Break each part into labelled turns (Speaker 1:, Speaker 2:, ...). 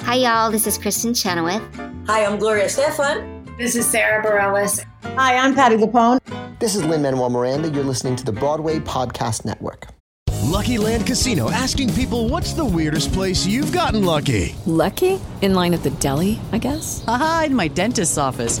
Speaker 1: Hi, y'all. This is Kristen Chenoweth.
Speaker 2: Hi, I'm Gloria Stefan.
Speaker 3: This is Sarah Bareilles.
Speaker 4: Hi, I'm Patty Lapone.
Speaker 5: This is Lynn Manuel Miranda. You're listening to the Broadway Podcast Network.
Speaker 6: Lucky Land Casino asking people what's the weirdest place you've gotten lucky?
Speaker 7: Lucky? In line at the deli, I guess?
Speaker 8: Aha, in my dentist's office.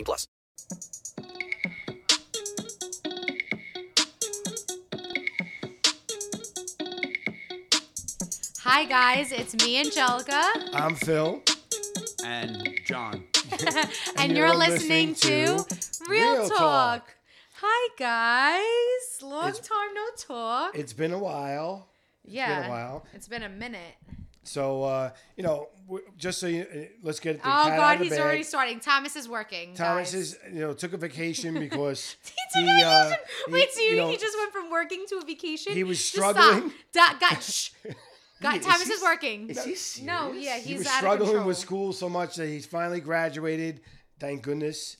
Speaker 9: plus.
Speaker 10: Hi, guys. It's me, Angelica.
Speaker 11: I'm Phil.
Speaker 12: And John.
Speaker 10: and, and, you're, you're listening, listening, to Real, Real Talk. Talk. Hi guys, long it's, time no talk.
Speaker 11: It's been a while.
Speaker 10: It's yeah, been a while. It's been a minute.
Speaker 11: So uh, you know, just so you, uh, let's get. The
Speaker 10: oh God,
Speaker 11: the
Speaker 10: he's
Speaker 11: bag.
Speaker 10: already starting. Thomas is working.
Speaker 11: Thomas
Speaker 10: guys.
Speaker 11: is you know took a vacation because
Speaker 10: he, he uh, Wait, so you, you know, he just went from working to a vacation.
Speaker 11: He was struggling.
Speaker 10: Dot, got. Shh. God, is Thomas he, is working.
Speaker 11: Is he serious?
Speaker 10: No, yeah, he's
Speaker 11: he was
Speaker 10: out
Speaker 11: struggling
Speaker 10: of control.
Speaker 11: with school so much that he's finally graduated. Thank goodness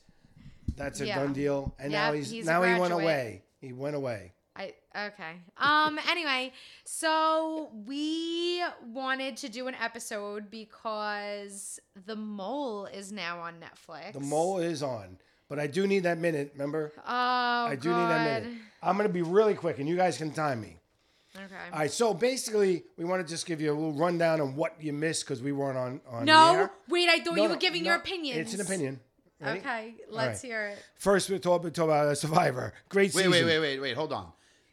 Speaker 11: that's a yeah. done deal. And yep, now he's, he's now he went away. He went away.
Speaker 10: I okay. Um anyway, so we wanted to do an episode because The Mole is now on Netflix.
Speaker 11: The Mole is on. But I do need that minute, remember?
Speaker 10: Oh, I
Speaker 11: do God. need that minute. I'm going to be really quick and you guys can time me.
Speaker 10: Okay.
Speaker 11: All right. So basically, we want to just give you a little rundown on what you missed because we weren't on. on
Speaker 10: no, wait. I thought no, you were giving no, your opinion.
Speaker 11: It's an opinion. Ready?
Speaker 10: Okay, let's right. hear it.
Speaker 11: First, we talk, we talk about uh, Survivor. Great
Speaker 12: wait,
Speaker 11: season.
Speaker 12: Wait, wait, wait, wait, wait. Hold on.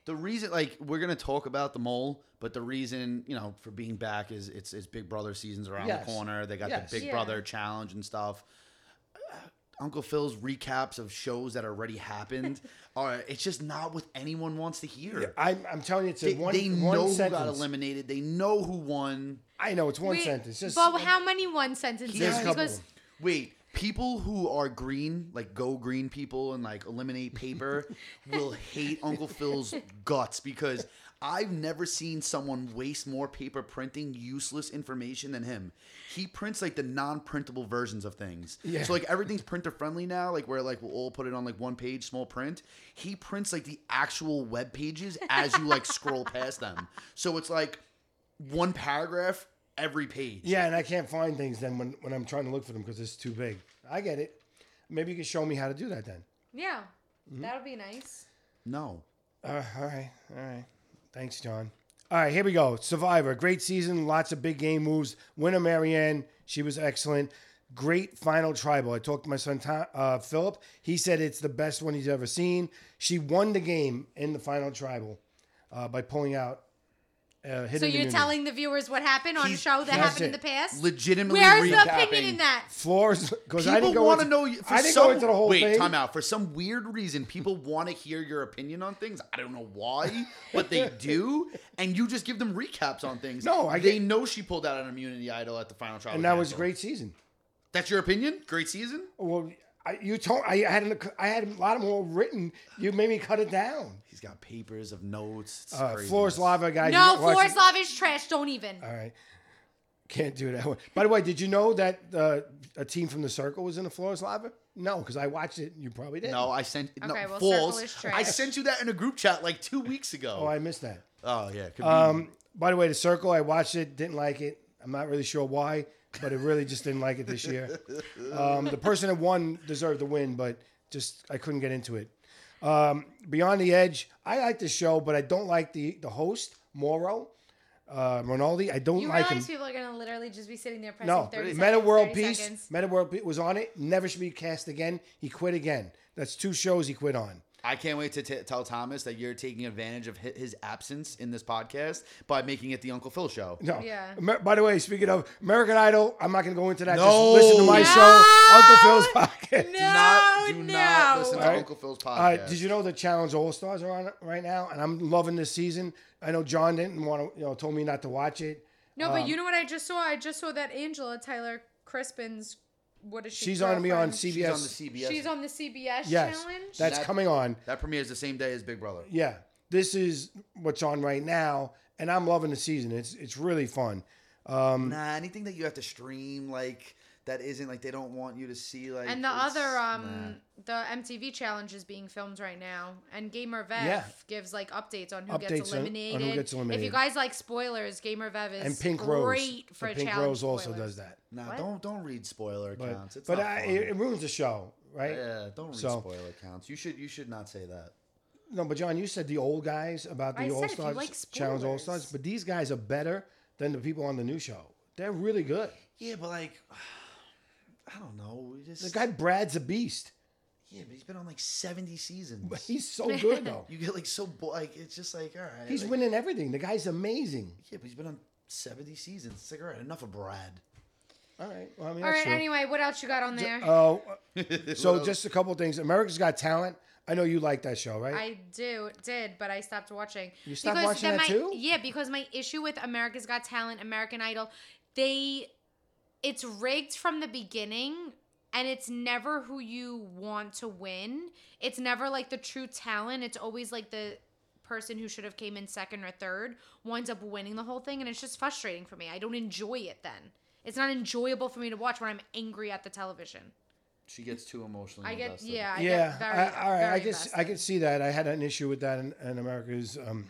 Speaker 12: The reason, like, we're gonna talk about the mole, but the reason, you know, for being back is it's it's Big Brother seasons around yes. the corner. They got yes. the Big yeah. Brother challenge and stuff. Uh, Uncle Phil's recaps of shows that already happened are it's just not what anyone wants to hear. Yeah,
Speaker 11: I'm, I'm, telling you, it's
Speaker 12: they,
Speaker 11: one.
Speaker 12: They
Speaker 11: one
Speaker 12: know
Speaker 11: sentence. who
Speaker 12: got eliminated. They know who won.
Speaker 11: I know it's one Wait, sentence. Just,
Speaker 10: but how many one sentences?
Speaker 11: There's a couple. Because,
Speaker 12: Wait, people who are green, like go green people and like eliminate paper, will hate Uncle Phil's guts because I've never seen someone waste more paper printing useless information than him. He prints like the non-printable versions of things. Yeah. So like everything's printer friendly now, like where like we'll all put it on like one page small print. He prints like the actual web pages as you like scroll past them. So it's like one paragraph every page.
Speaker 11: Yeah, and I can't find things then when, when I'm trying to look for them because it's too big. I get it. Maybe you can show me how to do that then.
Speaker 10: Yeah, mm-hmm. that'll be nice.
Speaker 12: No.
Speaker 11: Uh, all right, all right. Thanks, John. All right, here we go. Survivor, great season, lots of big game moves. Winner Marianne, she was excellent. Great final tribal. I talked to my son uh, Philip. He said it's the best one he's ever seen. She won the game in the final tribal uh, by pulling out uh,
Speaker 10: so you're
Speaker 11: the
Speaker 10: telling the viewers what happened on He's, a show that happened it. in the past?
Speaker 12: Legitimately,
Speaker 10: where's
Speaker 12: recapping.
Speaker 10: the opinion in that?
Speaker 11: Floors, because
Speaker 12: I
Speaker 11: didn't
Speaker 12: want
Speaker 11: to
Speaker 12: know. For
Speaker 11: I didn't
Speaker 12: some,
Speaker 11: go into the whole
Speaker 12: wait,
Speaker 11: thing.
Speaker 12: time out. For some weird reason, people want to hear your opinion on things. I don't know why, but they do, and you just give them recaps on things.
Speaker 11: No, I
Speaker 12: they
Speaker 11: get,
Speaker 12: know she pulled out an immunity idol at the final trial,
Speaker 11: and that was a great season.
Speaker 12: That's your opinion? Great season?
Speaker 11: Well, I, you told I had an, I had a lot more written. You made me cut it down.
Speaker 12: He's got papers of notes. It's
Speaker 11: uh, Flores Lava guys.
Speaker 10: No, Flores Lava is trash. Don't even.
Speaker 11: All right, can't do that. One. By the way, did you know that uh, a team from the Circle was in the Flores Lava? No, because I watched it. You probably did.
Speaker 12: No, I sent.
Speaker 10: Okay,
Speaker 12: no,
Speaker 10: well,
Speaker 12: false.
Speaker 10: Circle is trash.
Speaker 12: I sent you that in a group chat like two weeks ago.
Speaker 11: Oh, I missed that.
Speaker 12: Oh yeah.
Speaker 11: Um. By the way, the Circle. I watched it. Didn't like it. I'm not really sure why but it really just didn't like it this year. Um, the person that won deserved the win, but just I couldn't get into it. Um, Beyond the Edge, I like the show, but I don't like the the host Moro. Uh, Rinaldi, I don't
Speaker 10: you
Speaker 11: like him.
Speaker 10: people are gonna literally just be sitting there pressing
Speaker 11: no.
Speaker 10: 30
Speaker 11: Meta
Speaker 10: seconds,
Speaker 11: World
Speaker 10: 30
Speaker 11: Peace,
Speaker 10: seconds.
Speaker 11: Meta World Peace was on it. Never should be cast again. He quit again. That's two shows he quit on.
Speaker 6: I can't wait to t- tell Thomas that you're taking advantage of hi- his absence in this podcast by making it the Uncle Phil show.
Speaker 11: No. Amer- By the way, speaking of American Idol, I'm not going to go into that.
Speaker 6: No.
Speaker 11: Just listen to my
Speaker 6: No.
Speaker 11: show, Uncle Phil's
Speaker 6: do
Speaker 11: podcast.
Speaker 6: not, do not listen to
Speaker 11: All right.
Speaker 6: Uncle Phil's podcast.
Speaker 11: Uh, did you know the Challenge All Stars are on it right now? And I'm loving this season. I know John didn't want to, you know, told me not to watch it.
Speaker 10: No, but
Speaker 11: Um,
Speaker 10: you know what I just saw? I just saw that Angela Tyler Crispin's. What is she?
Speaker 11: She's on me on
Speaker 10: girlfriend?
Speaker 11: CBS. She's on the
Speaker 6: CBS.
Speaker 10: She's on the CBS
Speaker 11: Yes,
Speaker 10: challenge.
Speaker 11: that's coming on.
Speaker 6: That premieres the same day as Big Brother.
Speaker 11: Yeah, this is what's on right now, and I'm loving the season. It's it's really fun. Um,
Speaker 12: Uh,
Speaker 6: Nah, anything that you have to stream like that isn't like they don't want you to see like.
Speaker 10: and the
Speaker 6: it's-
Speaker 10: other,
Speaker 6: nah.
Speaker 10: um, the MTV challenge is being filmed right now, and Gamer Vev
Speaker 11: Yeah.
Speaker 10: gives like updates on who
Speaker 11: Updates
Speaker 10: gets
Speaker 11: on- on who
Speaker 10: eliminated.
Speaker 11: gets
Speaker 10: If you
Speaker 11: eliminated.
Speaker 10: guys like spoilers, Gamer Vev is
Speaker 11: and Pink Rose,
Speaker 10: great for
Speaker 11: The Pink
Speaker 10: challenge
Speaker 11: Rose also
Speaker 10: spoilers.
Speaker 11: does that.
Speaker 6: Nah,
Speaker 10: What?
Speaker 6: don't don't read spoiler
Speaker 11: But
Speaker 6: accounts. It's
Speaker 11: but
Speaker 6: not
Speaker 11: I,
Speaker 6: fun.
Speaker 11: it, it ruins the show, right?
Speaker 6: Yeah, don't read
Speaker 11: So-
Speaker 6: spoiler accounts. You should you should not say that.
Speaker 11: No, but John, you said the old guys about
Speaker 10: I
Speaker 11: the
Speaker 10: said
Speaker 11: All
Speaker 10: if you
Speaker 11: Stars
Speaker 10: like
Speaker 11: Challenge All
Speaker 10: spoilers.
Speaker 11: Stars, but these guys are better than the people on the new show. They're really good.
Speaker 6: Yeah, but like, I don't know. we Just
Speaker 11: The guy Brad's a beast.
Speaker 6: yeah, but he's been on like seventy seasons.
Speaker 11: He's so Oh, good though.
Speaker 6: You get like so bo- like it's just like all right.
Speaker 11: He's
Speaker 6: like,
Speaker 11: winning everything. The guy's amazing.
Speaker 6: Yeah, but he's been on seventy seasons. It's like all right, enough of Brad.
Speaker 11: All right. Well, I mean,
Speaker 10: All
Speaker 11: that's
Speaker 10: right.
Speaker 11: true.
Speaker 10: Anyway, what else you got on there?
Speaker 11: Oh, so
Speaker 6: else?
Speaker 11: just a couple things. America's Got Talent. I know you like that show, right?
Speaker 10: I do did, but I stopped watching.
Speaker 11: You stopped watching
Speaker 10: then
Speaker 11: that
Speaker 10: my,
Speaker 11: too?
Speaker 10: Yeah, because my issue with America's Got Talent, American Idol, they it's rigged from the beginning and it's never who you want to win. It's never like the true talent. It's always like the person who should have came in second or third winds up winning the whole thing and it's just frustrating for me. I don't enjoy it then. It's not enjoyable for me to watch when I'm angry at the television.
Speaker 6: She gets too emotionally.
Speaker 10: I get
Speaker 6: invested.
Speaker 10: yeah, I
Speaker 11: yeah,
Speaker 10: get very,
Speaker 11: I, all right.
Speaker 10: very
Speaker 11: I can s- I
Speaker 10: invested.
Speaker 11: can see that. I had an issue with that in, in America's um,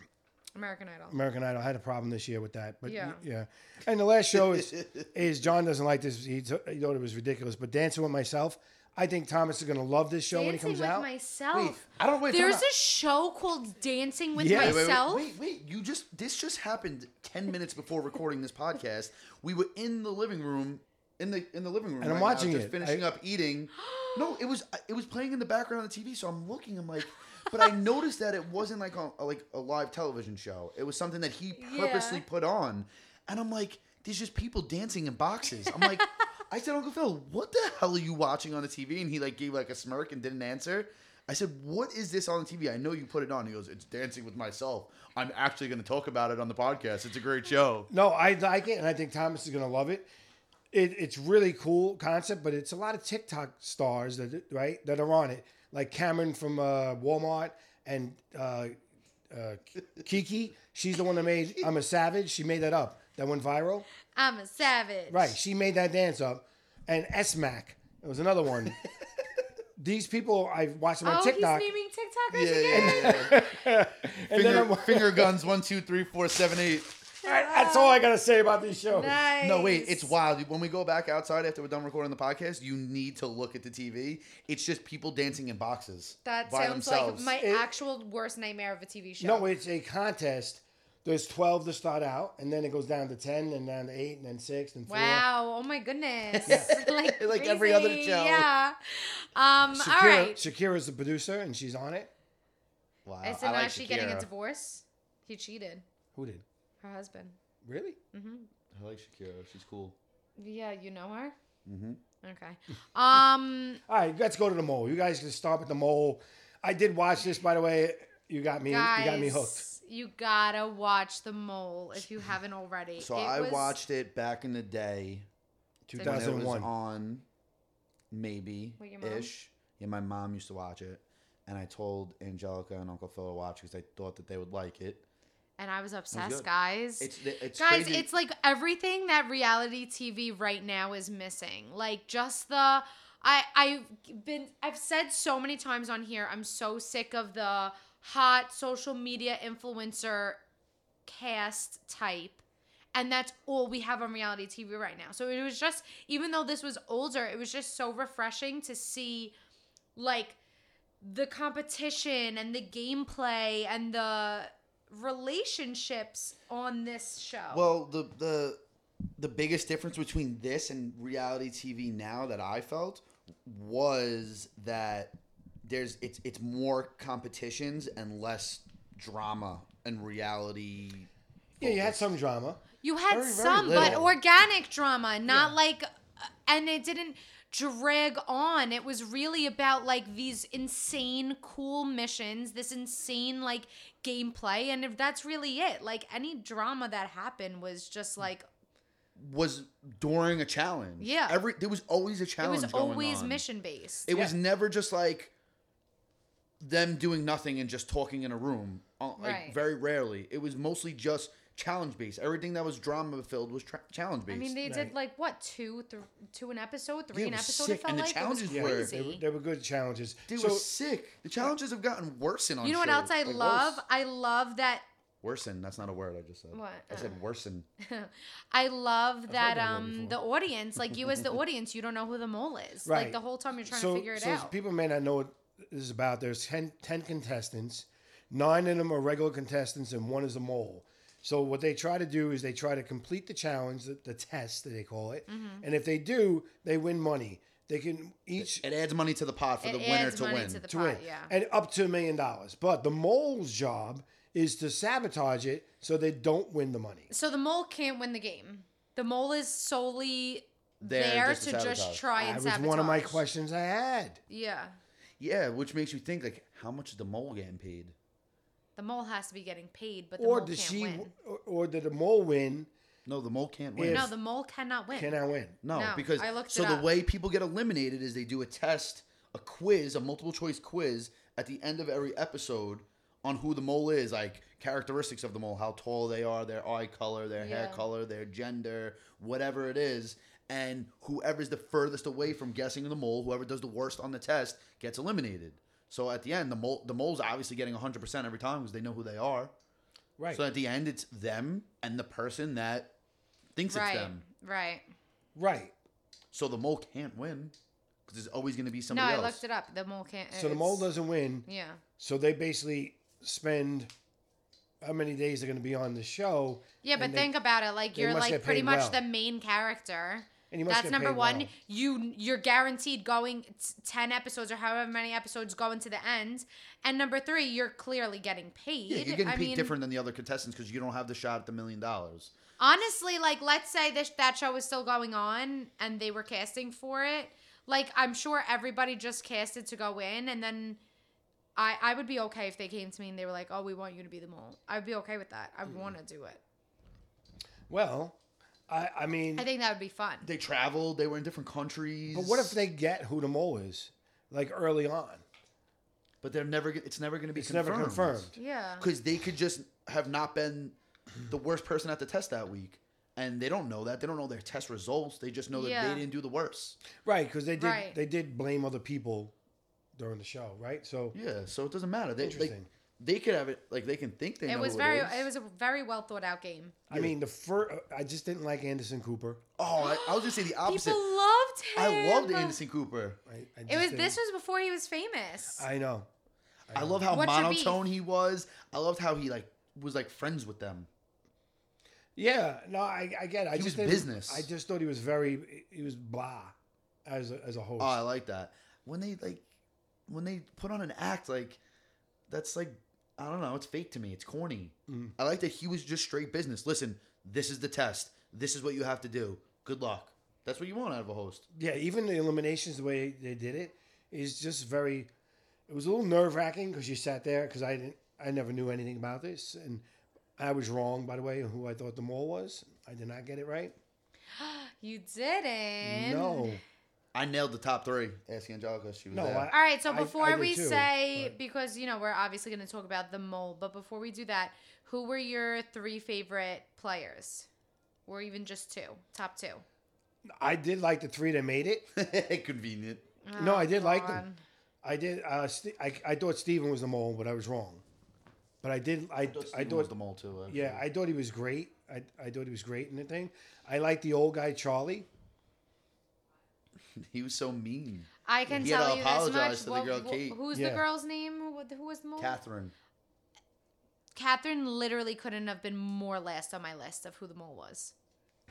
Speaker 10: American Idol.
Speaker 11: American Idol. I had a problem this year with that. But
Speaker 10: Yeah.
Speaker 11: yeah, yeah. And the last show is is John doesn't like this. He, t- he thought it was ridiculous. But Dancing with Myself, I think Thomas is gonna love this show when he
Speaker 10: Dancing
Speaker 11: comes
Speaker 10: with
Speaker 11: out.
Speaker 10: Myself.
Speaker 6: Wait, I don't- wait, time
Speaker 10: There's
Speaker 6: out.
Speaker 10: a show called Dancing with
Speaker 11: Yeah. Wait, wait,
Speaker 10: Myself.
Speaker 6: Wait, wait, you just this just happened 10 minutes before recording this podcast. We were in the living room in the in the living room
Speaker 11: And I'm
Speaker 6: right now,
Speaker 11: watching
Speaker 6: just
Speaker 11: it.
Speaker 6: finishing
Speaker 11: I-
Speaker 6: up eating. No, it was it was playing in the background on the TV, so I'm looking, I'm like but I noticed that it wasn't like on like a live television show. It was something that he purposely
Speaker 10: Yeah.
Speaker 6: put on. And I'm like there's just people dancing in boxes. I'm like I said Uncle Phil, what the hell are you watching on the TV? And he like gave like a smirk and didn't answer. I said, "What is this on the TV? I know you put it on." He goes, "It's Dancing with Myself. I'm actually going to talk about it on the podcast. It's a great show."
Speaker 11: No, Oh, I like it, and I think Thomas is gonna love it. it it's really cool concept, but it's a lot of TikTok stars that right that are on it, like Cameron from uh, Walmart and uh, uh, Kiki. She's the one that made "I'm a Savage." She made that up. That went viral.
Speaker 10: I'm a savage.
Speaker 11: Right. She made that dance up. And S Mac. It was another one. These people I watched them on
Speaker 10: Oh,
Speaker 11: TikTok.
Speaker 10: he's naming TikTokers again.
Speaker 11: and then I'm,
Speaker 6: Finger, finger guns. One, two, three, four, seven, eight.
Speaker 11: that's all I gotta say about these shows.
Speaker 10: Nice.
Speaker 6: No, wait, it's wild. When we go back outside after we're done recording the podcast, you need to look at the TV. It's just people dancing in boxes.
Speaker 10: That
Speaker 6: by
Speaker 10: sounds
Speaker 6: themselves.
Speaker 10: like my actual worst nightmare of a TV show.
Speaker 11: No, it's a contest. There's twelve to start out, and then it goes down to ten, and down to eight, and then six, and four.
Speaker 10: Wow! Oh my goodness! like,
Speaker 6: Like every other
Speaker 10: crazy,
Speaker 6: show.
Speaker 10: Yeah. Um.
Speaker 11: Shakira,
Speaker 10: all right.
Speaker 11: Shakira's the producer, and she's on it.
Speaker 6: Wow.
Speaker 10: Is it
Speaker 6: I
Speaker 10: not
Speaker 6: like
Speaker 10: she getting a
Speaker 6: Shakira.
Speaker 10: divorce? He cheated.
Speaker 11: Who did?
Speaker 10: Her husband.
Speaker 11: Really?
Speaker 6: I like Shakira. She's cool.
Speaker 10: Mm-hmm. Yeah, you know her. Mm-hmm. Okay. Um.
Speaker 11: All right, let's go to the mole. You guys can start with the mole. I did watch this, by the way. You got me. you got me hooked.
Speaker 10: Guys, You gotta watch The Mole if you haven't already.
Speaker 6: So
Speaker 10: It
Speaker 6: I
Speaker 10: was-
Speaker 6: watched it back in the day.
Speaker 11: Two
Speaker 6: when it
Speaker 11: thousand
Speaker 6: was
Speaker 11: one.
Speaker 6: on, maybe
Speaker 10: With your mom?
Speaker 6: ish. Yeah, my mom used to watch it, and I told Angelica and Uncle Phil to watch because I thought that they would like it.
Speaker 10: and I was obsessed,
Speaker 6: good.
Speaker 10: guys.
Speaker 6: It's it's
Speaker 10: guys,
Speaker 6: crazy.
Speaker 10: it's like everything that reality TV right now is missing. Like just the I I've been I've said so many times on here, I'm so sick of the hot social media influencer cast type. And that's all we have on reality TV right now. So it was just even though this was older, it was just so refreshing to see like the competition and the gameplay and the relationships on this show.
Speaker 6: well the the the biggest difference between this and reality TV now that I felt was that
Speaker 12: there's it's it's more competitions and less drama and reality.
Speaker 8: Yeah, you had some drama.
Speaker 10: You had
Speaker 8: Very, very
Speaker 10: some, but
Speaker 8: little.
Speaker 10: organic drama, not like, uh, and it didn't drag on. It was really about like these insane, cool missions, this insane like gameplay, and if that's really it, like any drama that happened was just like
Speaker 12: Mm. was during a challenge.
Speaker 10: Yeah.
Speaker 12: every there was always a
Speaker 10: it
Speaker 12: challenge.
Speaker 10: was
Speaker 12: going
Speaker 10: always
Speaker 12: on.
Speaker 10: mission based.
Speaker 12: It was never just like them doing nothing and just talking in a room. Uh, Like
Speaker 10: Right.
Speaker 12: very rarely, it was mostly just challenge based. Everything that was drama filled was tra- challenge
Speaker 10: I
Speaker 12: based.
Speaker 10: mean, they did like what two, th- two an episode, three
Speaker 12: it
Speaker 10: an
Speaker 12: was
Speaker 10: episode.
Speaker 12: sick,
Speaker 10: It felt
Speaker 12: and the
Speaker 10: like
Speaker 12: challenges
Speaker 10: it
Speaker 12: were-
Speaker 10: was
Speaker 8: They
Speaker 10: crazy.
Speaker 8: were, they were good challenges.
Speaker 12: They
Speaker 8: So-
Speaker 12: were sick. The challenges have gotten worse on.
Speaker 10: you know what
Speaker 12: shows,
Speaker 10: else I
Speaker 12: like, worse.
Speaker 10: love? I love that.
Speaker 12: Worsen. That's not a word I just said.
Speaker 10: What? uh,
Speaker 12: I said worsen.
Speaker 10: I love that,
Speaker 8: that word
Speaker 10: um the audience, like you as the audience, you don't know who the mole is. Like
Speaker 8: Right.
Speaker 10: the whole time you're trying
Speaker 8: so,
Speaker 10: to figure it
Speaker 8: so
Speaker 10: out.
Speaker 8: people may not know what this is about. There's 10, 10 contestants. Nine of them are regular contestants, and one is a mole. So what they try to do is they try to complete the challenge, the, the test that they call it,
Speaker 10: Mm-hmm.
Speaker 8: and if they do, they win money. They can each
Speaker 12: It adds money to the pot for
Speaker 10: It
Speaker 12: the winner
Speaker 10: adds
Speaker 12: to
Speaker 10: money
Speaker 12: win.
Speaker 10: to the
Speaker 8: to
Speaker 10: pot,
Speaker 8: win,
Speaker 10: yeah.
Speaker 8: and up to a million dollars. But the mole's job is to sabotage it so they don't win the money.
Speaker 10: So the mole can't win the game. The mole is solely
Speaker 12: There
Speaker 10: there
Speaker 12: just
Speaker 10: to
Speaker 12: to
Speaker 10: just
Speaker 12: sabotage.
Speaker 10: try
Speaker 8: That
Speaker 10: and
Speaker 8: was
Speaker 10: sabotage.
Speaker 8: one of my questions I had.
Speaker 10: Yeah,
Speaker 12: yeah, which makes you think like, how much is the mole getting paid?
Speaker 10: the mole has to be getting paid, but the
Speaker 8: Or
Speaker 10: mole
Speaker 8: does
Speaker 10: can't
Speaker 8: she?
Speaker 10: win.
Speaker 8: Or, or did the mole win?
Speaker 12: No, the mole can't win.
Speaker 8: If-
Speaker 10: No, the mole cannot win.
Speaker 8: Can I win?
Speaker 12: No,
Speaker 10: No,
Speaker 12: because
Speaker 10: I looked
Speaker 12: so
Speaker 10: it
Speaker 12: the
Speaker 10: up.
Speaker 12: way people get eliminated is they do a test, a quiz, a multiple choice quiz at the end of every episode on who the mole is, like characteristics of the mole, how tall they are, their eye color, their hair
Speaker 10: Yeah.
Speaker 12: color, their gender, whatever it is, and whoever's the furthest away from guessing the mole, whoever does the worst on the test gets eliminated. So at the end, the mole the mole's obviously getting 100% every time because they know who they are.
Speaker 8: Right.
Speaker 12: So at the end, it's them and the person that thinks
Speaker 10: right,
Speaker 12: it's them.
Speaker 10: right.
Speaker 8: right.
Speaker 12: So the mole can't win because there's always going to be
Speaker 10: No,
Speaker 12: somebody else.
Speaker 10: I looked it up. The mole can't.
Speaker 8: So the
Speaker 10: it's-
Speaker 8: mole doesn't win.
Speaker 10: Yeah.
Speaker 8: So they basically spend how many days they're going to be on the show.
Speaker 10: Yeah, but
Speaker 8: and they-
Speaker 10: think about it. Like
Speaker 8: they
Speaker 10: you're
Speaker 8: must
Speaker 10: like
Speaker 8: get
Speaker 10: pretty
Speaker 8: paid
Speaker 10: much
Speaker 8: well.
Speaker 10: the main character.
Speaker 8: And you must
Speaker 10: That's
Speaker 8: get
Speaker 10: number
Speaker 8: paid
Speaker 10: one.
Speaker 8: well.
Speaker 10: You you're guaranteed going t- ten episodes or however many episodes going to the end. And number three, you're clearly getting paid.
Speaker 12: Yeah, you're getting
Speaker 10: I
Speaker 12: paid
Speaker 10: mean,
Speaker 12: different than the other contestants because you don't have the shot at the million dollars.
Speaker 10: Honestly, like let's say this that show was still going on and they were casting for it. Like I'm sure everybody just casted to go in, and then I I would be okay if they came to me and they were like, "Oh, we want you to be the mole." I'd be okay with that. I would want to do it.
Speaker 8: Hmm. Well, I, I mean,
Speaker 10: I think that would be fun.
Speaker 12: They traveled. They were in different countries.
Speaker 8: but what if they get who the mole is, like early on?
Speaker 12: But they're never. g- It's never going to be.
Speaker 8: It's never confirmed.
Speaker 10: yeah.
Speaker 12: Because they could just have not been the worst person at the test that week, and they don't know that. They don't know their test results. They just know that
Speaker 10: Yeah.
Speaker 12: they didn't do the worst.
Speaker 8: Right, because they did
Speaker 10: Right.
Speaker 8: they did blame other people during the show, right? So
Speaker 12: Yeah. So it doesn't matter. They, Like,
Speaker 8: Interesting.
Speaker 12: they could have it. Like they can think they know.
Speaker 10: It was
Speaker 12: who
Speaker 10: very.
Speaker 12: It, is.
Speaker 10: It was a very well thought out game.
Speaker 8: I mean, the first I just didn't like Anderson Cooper.
Speaker 12: Oh, I, I was going to say the opposite.
Speaker 10: People loved
Speaker 12: I
Speaker 10: him.
Speaker 12: loved Anderson Cooper.
Speaker 8: I, I
Speaker 10: It
Speaker 8: just
Speaker 10: was.
Speaker 8: didn't-
Speaker 10: This was before he was famous.
Speaker 8: I know.
Speaker 12: I love how
Speaker 10: What's your beef?
Speaker 12: monotone he was. I loved how he like was like friends with them.
Speaker 8: Yeah, no, I, I get. It. I
Speaker 12: He
Speaker 8: just
Speaker 12: was
Speaker 8: didn't-
Speaker 12: business.
Speaker 8: I just thought he was very. He was blah, as a, as a host.
Speaker 12: Oh, I like that. When they like when they put on an act like that's like I don't know, it's fake to me. It's corny.
Speaker 8: Mm.
Speaker 12: I like that he was just straight business. Listen, this is the test. This is what you have to do. Good luck. That's what you want out of a host.
Speaker 8: Yeah, even the eliminations, the way they did it, is just very. It was a little nerve wracking because you sat there because I didn't, I never knew anything about this, and I was wrong by the way on who I thought the mole was. I did not get it right.
Speaker 10: You didn't.
Speaker 8: no,
Speaker 12: I nailed the top three. Ask Angelica. She was
Speaker 8: no.
Speaker 12: there.
Speaker 8: I,
Speaker 10: All right. So
Speaker 8: I- I
Speaker 10: before
Speaker 8: did
Speaker 10: we
Speaker 8: too,
Speaker 10: say,
Speaker 8: but-
Speaker 10: because you know we're obviously going to talk about the mole, but before we do that, who were your three favorite players, or even just two, top two?
Speaker 8: I did like the three that made it.
Speaker 12: Convenient.
Speaker 8: no, I did like
Speaker 10: God.
Speaker 8: them. I did. Uh, Ste I I thought Steven was the mole, but I was wrong. But I did. I I thought,
Speaker 12: Steven was the mole too. actually.
Speaker 8: Yeah, I thought he was great. I, I thought he was great in the thing. I like the old guy Charlie.
Speaker 12: he was so mean.
Speaker 10: I can
Speaker 12: He had to
Speaker 10: tell you this
Speaker 12: apologize
Speaker 10: much.
Speaker 12: to the
Speaker 10: Well,
Speaker 12: girl
Speaker 10: wh-
Speaker 12: Kate.
Speaker 10: Who's the
Speaker 8: Yeah.
Speaker 10: girl's name? Who- Who was the mole?
Speaker 12: Catherine.
Speaker 10: Catherine literally couldn't have been more last on my list of who the mole was.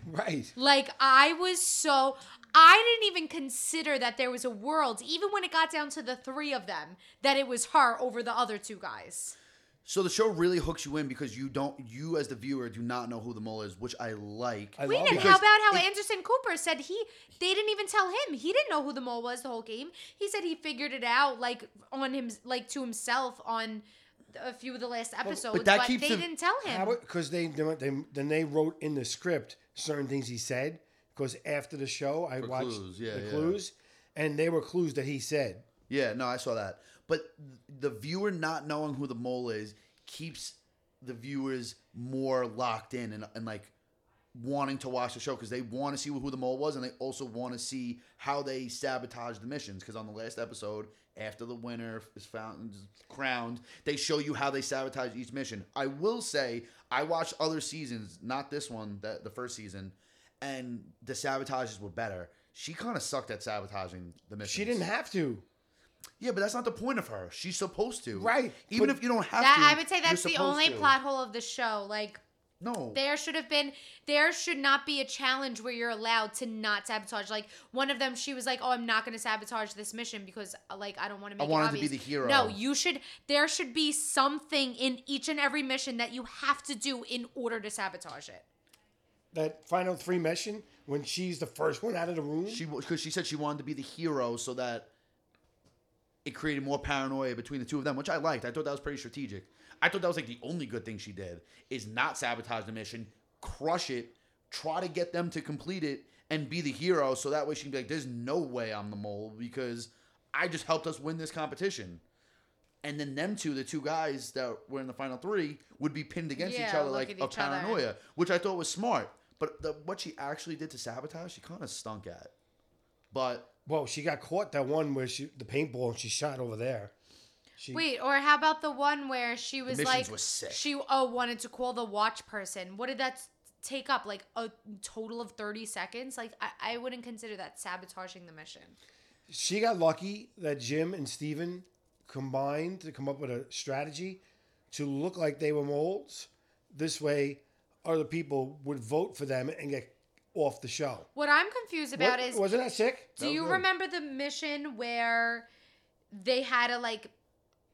Speaker 8: Right.
Speaker 10: Like I was so I didn't even consider that there was a world, even when it got down to the three of them, that it was her over the other two guys.
Speaker 12: So the show really hooks you in because you don't, you as the viewer do not know who the mole is, which I like. I
Speaker 10: Wait, and how about how Anderson Cooper said he they didn't even tell him he didn't know who the mole was the whole game. He said he figured it out like on him like to himself on a few of the last episodes, but,
Speaker 12: that keeps
Speaker 10: they
Speaker 12: the-
Speaker 10: didn't tell him.
Speaker 8: Because they, they, they then they wrote in the script certain things he said. Because after the show, I
Speaker 12: For
Speaker 8: watched
Speaker 12: clues, yeah,
Speaker 8: the
Speaker 12: yeah.
Speaker 8: clues, and they were clues that he said.
Speaker 12: Yeah, no, I saw that. But the viewer not knowing who the mole is keeps the viewers more locked in and, and like wanting to watch the show because they want to see who the mole was and they also want to see how they sabotage the missions. Because on the last episode, after the winner is found is crowned, they show you how they sabotage each mission. I will say, I watched other seasons, not this one, the, the first season, and the sabotages were better. She kind of sucked at sabotaging the missions.
Speaker 8: She didn't have to.
Speaker 12: Yeah, but that's not the point of her. She's supposed to.
Speaker 8: Right,
Speaker 12: Even
Speaker 8: but-
Speaker 12: if you don't have
Speaker 10: That
Speaker 12: to.
Speaker 10: I would say
Speaker 12: you're
Speaker 10: that's the
Speaker 12: supposed
Speaker 10: only
Speaker 12: to.
Speaker 10: plot hole of the show. Like
Speaker 12: No.
Speaker 10: There should have been there should not be a challenge where you're allowed to not sabotage. Like one of them, she was like, "Oh, I'm not going to sabotage this mission because uh, like I don't want
Speaker 12: I
Speaker 10: to make it
Speaker 12: wanted to be
Speaker 10: obvious."
Speaker 12: the hero.
Speaker 10: No, you should. There should be something in each and every mission that you have to do in order to sabotage it.
Speaker 8: That final three mission when she's the first one out of the room.
Speaker 12: She because she said she wanted to be the hero so that it created more paranoia between the two of them, which I liked. I thought that was pretty strategic. I thought that was like the only good thing she did is not sabotage the mission, crush it, try to get them to complete it, and be the hero. So that way she can be like, "There's no way I'm the mole because I just helped us win this competition." And then them two, the two guys that were in the final three, would be pinned against each
Speaker 10: Yeah,
Speaker 12: other
Speaker 10: look
Speaker 12: like
Speaker 10: at
Speaker 12: a
Speaker 10: each other.
Speaker 12: paranoia, which I thought was smart. But the, what she actually did to sabotage, she kind of stunk at. But
Speaker 8: well, she got caught that one where she the paintball and she shot over there. She,
Speaker 10: Wait, or how about the one where she was
Speaker 8: missions
Speaker 10: like,
Speaker 8: was sick.
Speaker 10: she oh wanted to call the watch person. What did that s- take up? Like a total of thirty seconds. Like I, I wouldn't consider that sabotaging the mission.
Speaker 8: she got lucky that Jim and Steven combined to come up with a strategy to look like they were moles. This way, other people would vote for them and get off the show.
Speaker 10: What I'm confused about
Speaker 8: is
Speaker 10: is
Speaker 8: wasn't that sick?
Speaker 10: Do you remember the mission where they had to like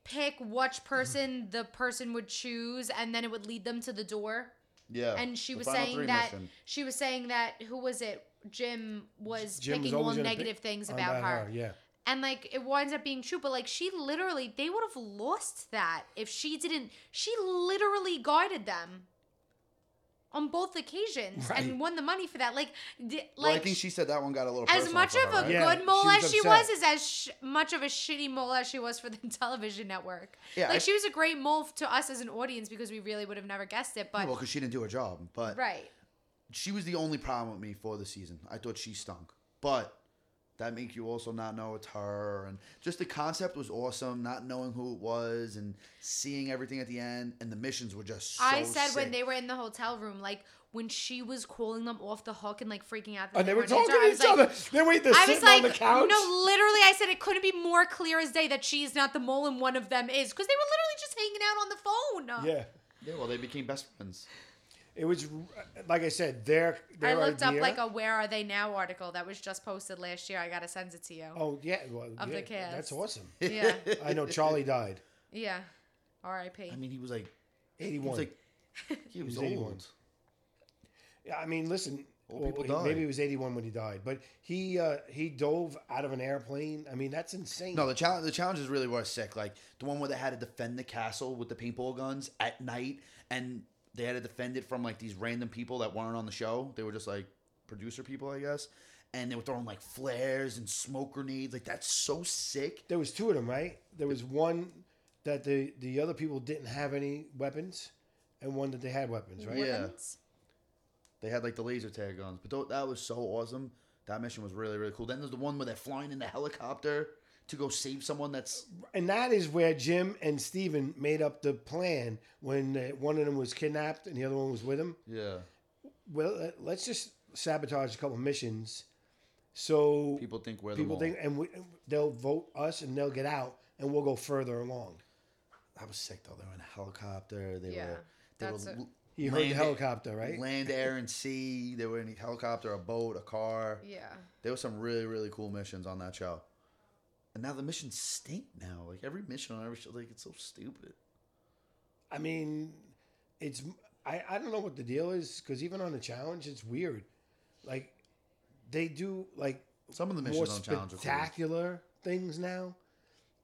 Speaker 10: pick
Speaker 8: Mm-hmm.
Speaker 10: which person the person would choose and then it would lead them to the door?
Speaker 12: Yeah,
Speaker 10: And she
Speaker 12: the
Speaker 10: was
Speaker 12: Final
Speaker 10: saying
Speaker 12: Three
Speaker 10: that
Speaker 12: mission.
Speaker 10: she was saying that who was it? Jim was
Speaker 8: Jim was
Speaker 10: picking all
Speaker 8: always gonna
Speaker 10: negative
Speaker 8: pick
Speaker 10: things
Speaker 8: on
Speaker 10: about
Speaker 8: that uh,
Speaker 10: her.
Speaker 8: Yeah. Oh,
Speaker 10: And like it winds up being true, but like she literally they would have lost that if she didn't she literally guided them on both occasions
Speaker 12: Right.
Speaker 10: and won the money for that. Like di- like
Speaker 12: well, I think she said that one got a little
Speaker 10: as
Speaker 12: personal
Speaker 10: much
Speaker 12: for
Speaker 10: of
Speaker 12: her,
Speaker 10: a
Speaker 12: right?
Speaker 10: good mole as she was is as sh- much of a shitty mole as she was for the television network
Speaker 12: Yeah,
Speaker 10: like
Speaker 12: I-
Speaker 10: she was a great mole to us as an audience because we really would have never guessed it but
Speaker 12: well because she didn't do her job, but
Speaker 10: right
Speaker 12: she was the only problem with me for the season. I thought she stunk, but that make you also not know it's her, and just the concept was awesome. Not knowing who it was and seeing everything at the end, and the missions were just. So
Speaker 10: i said
Speaker 12: sick.
Speaker 10: when they were in the hotel room like when she was calling them off the hook and like freaking out that
Speaker 8: And they were
Speaker 10: weren't into
Speaker 8: talking
Speaker 10: her, I
Speaker 8: to
Speaker 10: was
Speaker 8: each
Speaker 10: like-
Speaker 8: other. They were either
Speaker 10: I was
Speaker 8: sitting
Speaker 10: like,
Speaker 8: on the couch.
Speaker 10: no, literally, I said it couldn't be more clear as day that she's not the mole and one of them is because they were literally just hanging out on the phone.
Speaker 8: Yeah.
Speaker 12: Yeah, well, they became best friends.
Speaker 8: It was like I said, their
Speaker 10: I
Speaker 8: their
Speaker 10: looked
Speaker 8: idea.
Speaker 10: up like a "Where Are They Now" article that was just posted last year. I gotta send it to you.
Speaker 8: Oh yeah, well,
Speaker 10: of the
Speaker 8: yeah,
Speaker 10: cast.
Speaker 8: That's awesome.
Speaker 10: Yeah.
Speaker 8: I know Charlie died.
Speaker 10: Yeah, R.I.P.
Speaker 12: I mean, he was like He
Speaker 8: 81.
Speaker 12: was like, he was,
Speaker 8: was 81.
Speaker 12: old.
Speaker 8: Yeah, I mean, listen. well,
Speaker 12: people
Speaker 8: he-
Speaker 12: die.
Speaker 8: Maybe he was 81 when he died, but he uh, he dove out of an airplane. I mean, that's insane.
Speaker 12: No, the challenge the challenges really were sick. Like the one where they had to defend the castle with the paintball guns at night, and they had to defend it from like these random people that weren't on the show. They were just like producer people, I guess, and they were throwing like flares and smoke grenades. Like that's so sick.
Speaker 8: There was two of them, right? There was one that the the other people didn't have any weapons, and one that they had weapons, right?
Speaker 12: Yeah, they had like the laser tag guns, but tho- that was so awesome. That mission was really really cool. Then there's the one where they're flying in the helicopter to go save someone that's
Speaker 8: And that is where Jim and Steven made up the plan when uh, one of them was kidnapped and the other one was with him.
Speaker 12: yeah.
Speaker 8: Well, uh, let's just sabotage a couple missions, so
Speaker 12: People think we're the
Speaker 8: people
Speaker 12: mole.
Speaker 8: think, and we, they'll vote us, and they'll get out, and we'll go further along.
Speaker 12: That was sick though. They were in a helicopter. They
Speaker 10: Yeah,
Speaker 12: were they
Speaker 10: that's
Speaker 12: were
Speaker 10: a-
Speaker 12: l-
Speaker 8: He heard the helicopter, right?
Speaker 12: Land, air, and sea. They were in a helicopter, a boat, a car.
Speaker 10: Yeah.
Speaker 12: There were some really, really cool missions on that show. And now the missions stink now. Like every mission on every show, like it's so stupid.
Speaker 8: I mean, it's I, I don't know what the deal is because even on the challenge, it's weird. Like they do like
Speaker 12: some of the
Speaker 8: more
Speaker 12: missions on challenge are cool.
Speaker 8: spectacular things now,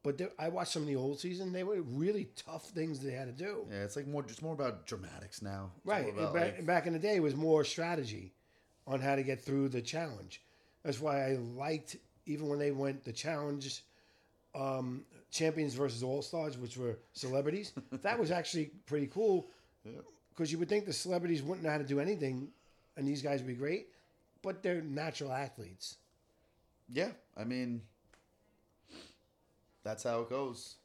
Speaker 8: but there- I watched some of the old season. They were really tough things they had to do.
Speaker 12: Yeah, it's like more it's more about dramatics now. It's
Speaker 8: Right.
Speaker 12: all about,
Speaker 8: back,
Speaker 12: like-
Speaker 8: back in the day, it was more strategy on how to get through the challenge. That's why I liked even when they went the challenge um, champions versus all stars, which were celebrities. that was actually pretty cool because you would think the celebrities wouldn't know how to do anything, and these guys would be great, but they're natural athletes.
Speaker 12: yeah, I mean, that's how it goes.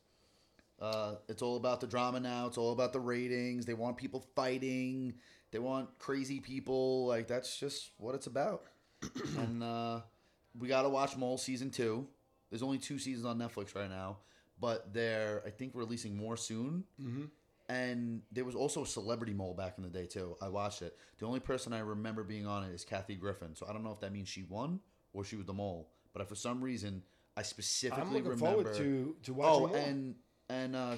Speaker 12: Uh, it's all about the drama now. It's all about the ratings. They want people fighting. They want crazy people. Like that's just what it's about. and uh, we got to watch Mole season two. There's only two seasons on Netflix right now, but they're I think releasing more soon.
Speaker 8: Mm-hmm.
Speaker 12: And there was also a celebrity mole back in the day too. I watched it. The only person I remember being on it is Kathy Griffin. So I don't know if that means she won or she was the mole. But I, for some reason, I specifically
Speaker 8: I'm looking
Speaker 12: remember
Speaker 8: forward to- to watching
Speaker 12: Oh,
Speaker 8: more.
Speaker 12: and and uh,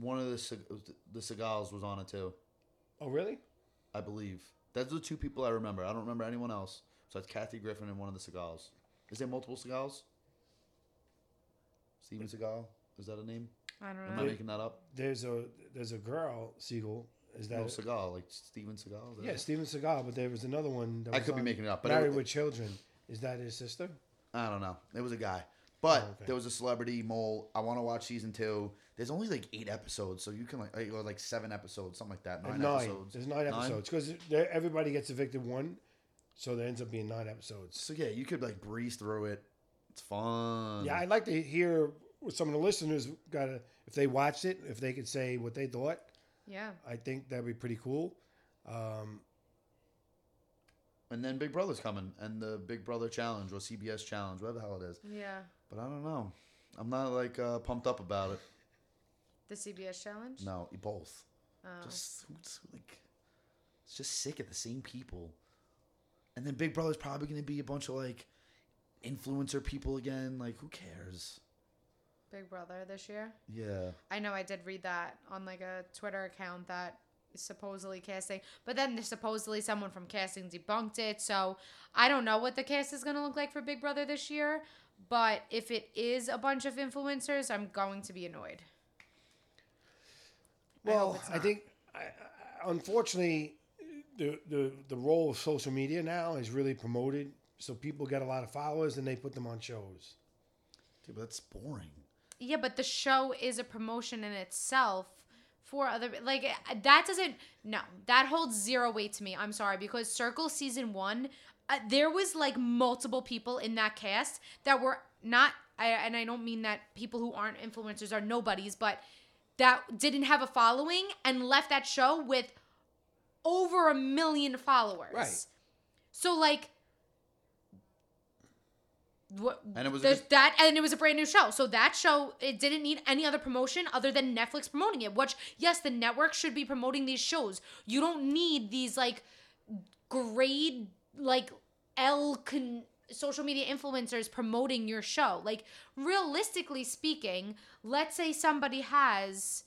Speaker 12: one of the Seg- the Segals was on it too.
Speaker 8: Oh, really?
Speaker 12: I believe. Those are the two people I remember. I don't remember anyone else. So it's Kathy Griffin and one of the Segals. Is there multiple Segals? Steven Seagal? Is that a name?
Speaker 10: I don't
Speaker 12: Am
Speaker 10: know.
Speaker 12: I making that up?
Speaker 8: There's a there's a girl Siegel. Is that
Speaker 12: no, Seagal, like Steven Seagal. is that
Speaker 8: yeah
Speaker 12: it?
Speaker 8: Steven Seagal? But there was another one. That
Speaker 12: I
Speaker 8: was
Speaker 12: could be
Speaker 8: on
Speaker 12: making it up, but it-
Speaker 8: Married with Children. Is that his sister?
Speaker 12: I don't know. It was a guy. But
Speaker 8: Oh, okay.
Speaker 12: there was a celebrity mole. I want to watch season two. There's only like eight episodes, so you can like or like seven episodes, something like that.
Speaker 8: There's
Speaker 12: Nine,
Speaker 8: nine.
Speaker 12: episodes.
Speaker 8: There's nine episodes because everybody gets evicted one, so there ends up being nine episodes.
Speaker 12: So yeah, you could like breeze through it. It's fun.
Speaker 8: Yeah, I'd like to hear what some of the listeners got to if they watched it, if they could say what they thought.
Speaker 10: Yeah.
Speaker 8: I think that'd be pretty cool. Um,
Speaker 12: and then Big Brother's coming, and the Big Brother challenge or CBS challenge, whatever the hell it is.
Speaker 10: Yeah.
Speaker 12: But I don't know. I'm not like uh, pumped up about it.
Speaker 10: The CBS challenge?
Speaker 12: No, e, both.
Speaker 10: Oh.
Speaker 12: Just it's like it's just sick of the same people. And then Big Brother's probably going to be a bunch of like influencer people again. Like who cares?
Speaker 10: Big Brother this year.
Speaker 12: Yeah.
Speaker 10: I know I did read that on like a Twitter account that is supposedly casting, but then there's supposedly someone from casting debunked it. So I don't know what the cast is going to look like for Big Brother this year, but if it is a bunch of influencers, I'm going to be annoyed.
Speaker 8: well, I, think I, I, unfortunately the, the the role of social media now is really promoted, so people get a lot of followers and they put them on shows.
Speaker 12: Dude, but that's boring.
Speaker 10: Yeah, but the show is a promotion in itself for other like that doesn't no that holds zero weight to me. I'm sorry because Circle season one, uh, there was like multiple people in that cast that were not. I, and I don't mean that people who aren't influencers are nobodies, but that didn't have a following and left that show with over a million followers.
Speaker 12: Right.
Speaker 10: So like what
Speaker 12: And it was a
Speaker 10: there's
Speaker 12: good-
Speaker 10: that and it was a brand new show. So that show it didn't need any other promotion other than Netflix promoting it. Which yes, the network should be promoting these shows. You don't need these like grade like L con- social media influencers promoting your show. Like realistically speaking, let's say somebody has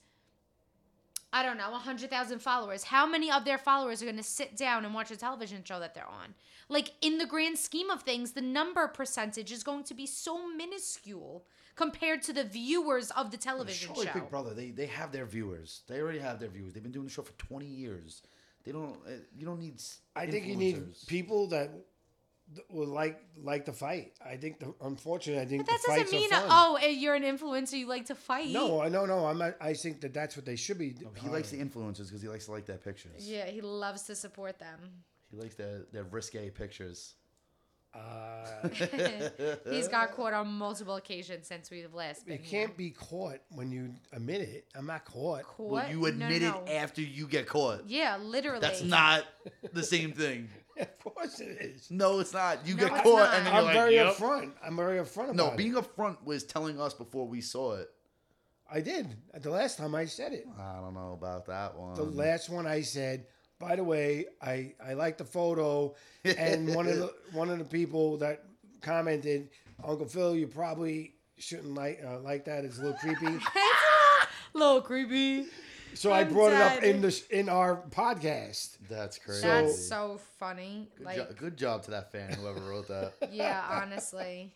Speaker 10: I don't know, 100,000 followers. How many of their followers are going to sit down and watch a television show that they're on? Like, in the grand scheme of things, the number percentage is going to be so minuscule compared to the viewers of the television
Speaker 12: Surely
Speaker 10: show.
Speaker 12: Big Brother, they they have their viewers. They already have their viewers. They've been doing the show for 20 years. They don't. Uh, you don't need. s-
Speaker 8: I think you need
Speaker 12: influencers.
Speaker 8: people that th- will like like the fight. I think the unfortunately, I think
Speaker 10: That
Speaker 8: the
Speaker 10: doesn't
Speaker 8: fights
Speaker 10: mean,
Speaker 8: are fun.
Speaker 10: oh, eh, you're an influencer, you like to fight.
Speaker 8: No, I- no, no. I'm not, I think that that's what they should be.
Speaker 12: He likes the influencers because he likes to like their pictures.
Speaker 10: Yeah, he loves to support them.
Speaker 12: He likes their their risque pictures.
Speaker 8: Uh,
Speaker 10: He's got caught on multiple occasions since we've last been
Speaker 8: you
Speaker 10: here.
Speaker 8: can't be caught when you admit it. I'm not caught.
Speaker 10: Caught?
Speaker 12: Well, you
Speaker 10: No, no,
Speaker 12: admit
Speaker 10: no.
Speaker 12: it after you get caught.
Speaker 10: Yeah, literally.
Speaker 12: That's not the same thing.
Speaker 8: of course it is.
Speaker 12: No, it's not. You
Speaker 10: No,
Speaker 12: get
Speaker 10: it's
Speaker 12: caught,
Speaker 10: not.
Speaker 12: and then
Speaker 8: I'm
Speaker 12: you're
Speaker 8: very
Speaker 12: like, "Yep."
Speaker 8: upfront. I'm very upfront about
Speaker 12: No,
Speaker 8: it.
Speaker 12: being upfront was telling us before we saw it.
Speaker 8: I did. The last time I said it.
Speaker 12: I don't know about that one.
Speaker 8: The last one I said. By the way, I I like the photo, and one of the one of the people that commented, Uncle Phil, you probably shouldn't like uh, like that. It's a little creepy.
Speaker 10: little creepy.
Speaker 8: So i
Speaker 10: I'm
Speaker 8: brought it up
Speaker 10: dead.
Speaker 8: in the in our podcast.
Speaker 12: That's crazy.
Speaker 10: That's so funny.
Speaker 12: good,
Speaker 10: like,
Speaker 12: jo- good job to that fan whoever wrote that.
Speaker 10: yeah, honestly,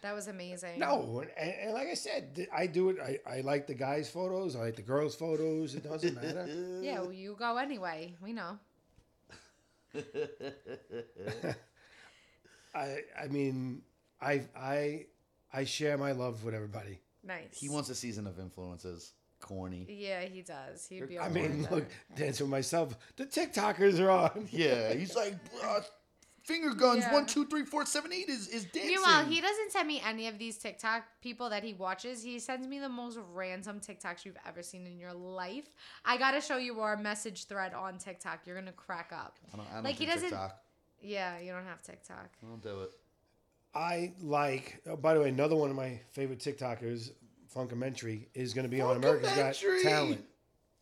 Speaker 10: that was amazing.
Speaker 8: No, and- and, and like I said, th- I do it. I, I like the guys' photos. I like the girls' photos. It doesn't matter.
Speaker 10: Yeah, well, you go anyway. We know.
Speaker 8: I I mean, I I I share my love with everybody.
Speaker 10: Nice.
Speaker 12: he wants a season of influences. Corny.
Speaker 10: Yeah, he does. He'd be.
Speaker 8: I
Speaker 10: all
Speaker 8: mean,
Speaker 10: right
Speaker 8: look, dance with myself. The TikTokers are on.
Speaker 12: Yeah, he's like uh, finger guns.
Speaker 10: Yeah.
Speaker 12: One, two, three, four, seven, eight is is dancing.
Speaker 10: Meanwhile, he doesn't send me any of these TikTok people that he watches. He sends me the most random TikToks you've ever seen in your life. I gotta show you our message thread on TikTok. You're gonna crack up.
Speaker 12: I don't, I don't
Speaker 10: like,
Speaker 12: like
Speaker 10: he
Speaker 12: he
Speaker 10: doesn't-
Speaker 12: TikTok.
Speaker 10: Yeah, you don't have TikTok.
Speaker 12: I don't do it.
Speaker 8: I like. Oh, by the way, another one of my favorite TikTokers, Funkamentary, is going to be on America's Got
Speaker 12: Funkamentary!
Speaker 8: Talent.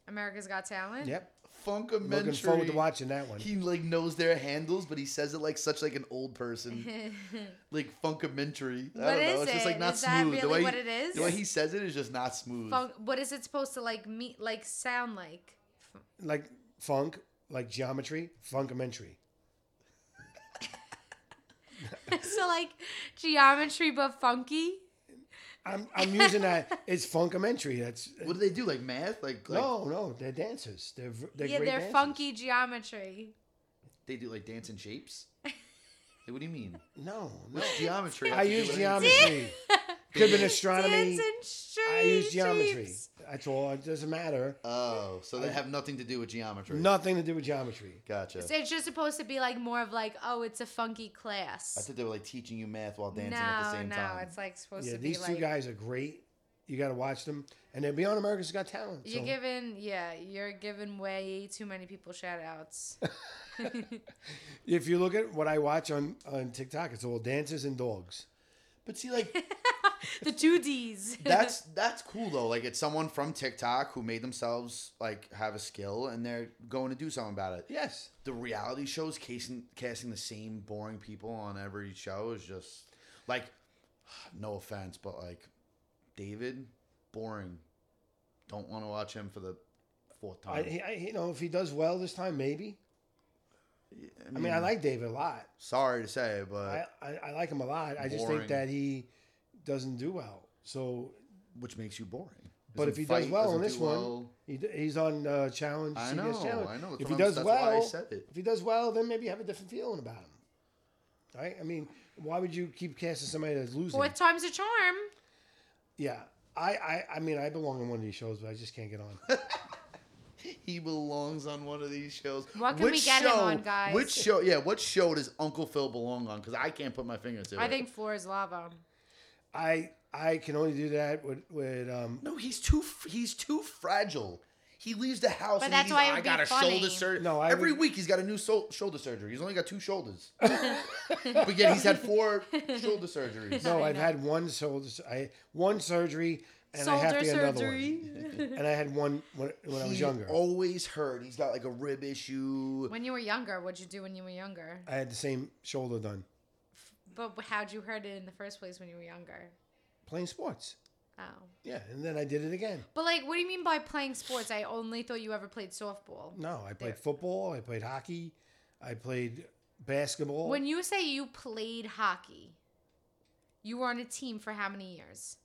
Speaker 10: America's Got Talent.
Speaker 8: Yep,
Speaker 12: Funkamentary.
Speaker 8: looking forward to watching that one.
Speaker 12: He like knows their handles, but he says it like such like an old person, like funkamentary. I
Speaker 10: What
Speaker 12: don't know.
Speaker 10: is
Speaker 12: It's just
Speaker 10: it?
Speaker 12: like not
Speaker 10: Is that
Speaker 12: smooth. the
Speaker 10: really
Speaker 12: way
Speaker 10: what
Speaker 12: he,
Speaker 10: it is?
Speaker 12: The way he says it is just not smooth.
Speaker 10: Fun- what is it supposed to like meet like sound like?
Speaker 8: like funk, like geometry, Funkamentary.
Speaker 10: so like geometry but funky.
Speaker 8: I'm I'm using that. It's Funkamentary. That's
Speaker 12: what do they do? Like math? Like, like
Speaker 8: no, no. They're dancers. They're v- they're
Speaker 10: yeah,
Speaker 8: great
Speaker 10: they're
Speaker 8: dancers.
Speaker 10: funky geometry.
Speaker 12: they do like dance in shapes? like, what do you mean?
Speaker 8: No, no.
Speaker 12: What's geometry?
Speaker 8: I
Speaker 12: have to do
Speaker 8: use
Speaker 12: with
Speaker 8: geometry. Could have been astronomy.
Speaker 10: Dance and shape.
Speaker 8: I use geometry.
Speaker 10: shapes.
Speaker 8: That's all. It doesn't matter.
Speaker 12: Oh, so they have nothing to do with geometry.
Speaker 8: Nothing to do with geometry.
Speaker 12: Gotcha.
Speaker 10: So it's just supposed to be like more of like, oh, it's a funky class.
Speaker 12: I thought they were like teaching you math while dancing
Speaker 10: no,
Speaker 12: at the same
Speaker 10: no,
Speaker 12: time.
Speaker 10: it's like supposed
Speaker 8: Yeah,
Speaker 10: to be
Speaker 8: these two
Speaker 10: like
Speaker 8: guys are great. You got to watch them, and they'll be on America's Got Talent.
Speaker 10: you're
Speaker 8: so-
Speaker 10: giving, yeah, you're giving way too many people shout outs.
Speaker 8: if you look at what I watch on on TikTok, it's all dancers and dogs.
Speaker 12: but see, like
Speaker 10: the two D's.
Speaker 12: that's that's cool though. Like it's someone from TikTok who made themselves like have a skill and they're going to do something about it.
Speaker 8: Yes,
Speaker 12: The reality shows casting casting the same boring people on every show is just like no offense, but like David, boring. Don't want to watch him for the fourth time.
Speaker 8: I, he- I, you know if he does well this time, maybe. I mean, I like David a lot.
Speaker 12: Sorry to say, but
Speaker 8: I, I, I like him a lot. I just think
Speaker 12: Boring.
Speaker 8: that he doesn't do well. So,
Speaker 12: which makes you boring.
Speaker 8: but
Speaker 12: Doesn't
Speaker 8: if he does
Speaker 12: fight,
Speaker 8: well on
Speaker 12: doesn't
Speaker 8: this
Speaker 12: do
Speaker 8: one,
Speaker 12: well.
Speaker 8: he d he's on uh, challenge.
Speaker 12: I
Speaker 8: CBS
Speaker 12: know,
Speaker 8: challenge.
Speaker 12: I know. That's what
Speaker 8: If he
Speaker 12: I'm-
Speaker 8: does
Speaker 12: that's
Speaker 8: well,
Speaker 12: why I said it.
Speaker 8: if he does well, then maybe you have a different feeling about him. Right? I mean, why would you keep casting somebody that's losing?
Speaker 10: Fourth time's a charm.
Speaker 8: Yeah, I, I, I mean, I belong on one of these shows, but I just can't get on.
Speaker 12: he belongs on one of these shows.
Speaker 10: What can we get him on, guys?
Speaker 12: Which show? Yeah, what show does Uncle Phil belong on? Because I can't put my finger to it. Oh,
Speaker 10: I think floor is lava.
Speaker 8: I I can only do that with with um
Speaker 12: no, he's too f- he's too fragile. He leaves the house.
Speaker 10: But
Speaker 12: and
Speaker 10: that's
Speaker 12: he's,
Speaker 10: why it
Speaker 12: I
Speaker 10: would be
Speaker 12: got a
Speaker 10: funny."
Speaker 12: shoulder surgery.
Speaker 8: No,
Speaker 12: No,
Speaker 8: I
Speaker 12: every
Speaker 8: would-
Speaker 12: week he's got a new so- shoulder surgery. He's only got two shoulders, but yet he's had four shoulder surgeries.
Speaker 8: no, I've had one shoulder s- I one surgery and I have to get another one. And I had one when, when I was
Speaker 12: He
Speaker 8: younger.
Speaker 12: always hurt. He's got like a rib issue.
Speaker 10: When you were younger, what'd you do when you were younger?
Speaker 8: I had the same shoulder done
Speaker 10: But how'd you hurt it in the first place when you were younger?
Speaker 8: playing sports.
Speaker 10: Oh.
Speaker 8: Yeah, and then I did it again.
Speaker 10: But like, what do you mean by playing sports? I only thought you ever played softball.
Speaker 8: No, I played football. I played hockey. I played basketball.
Speaker 10: When you say you played hockey, you were on a team for how many years?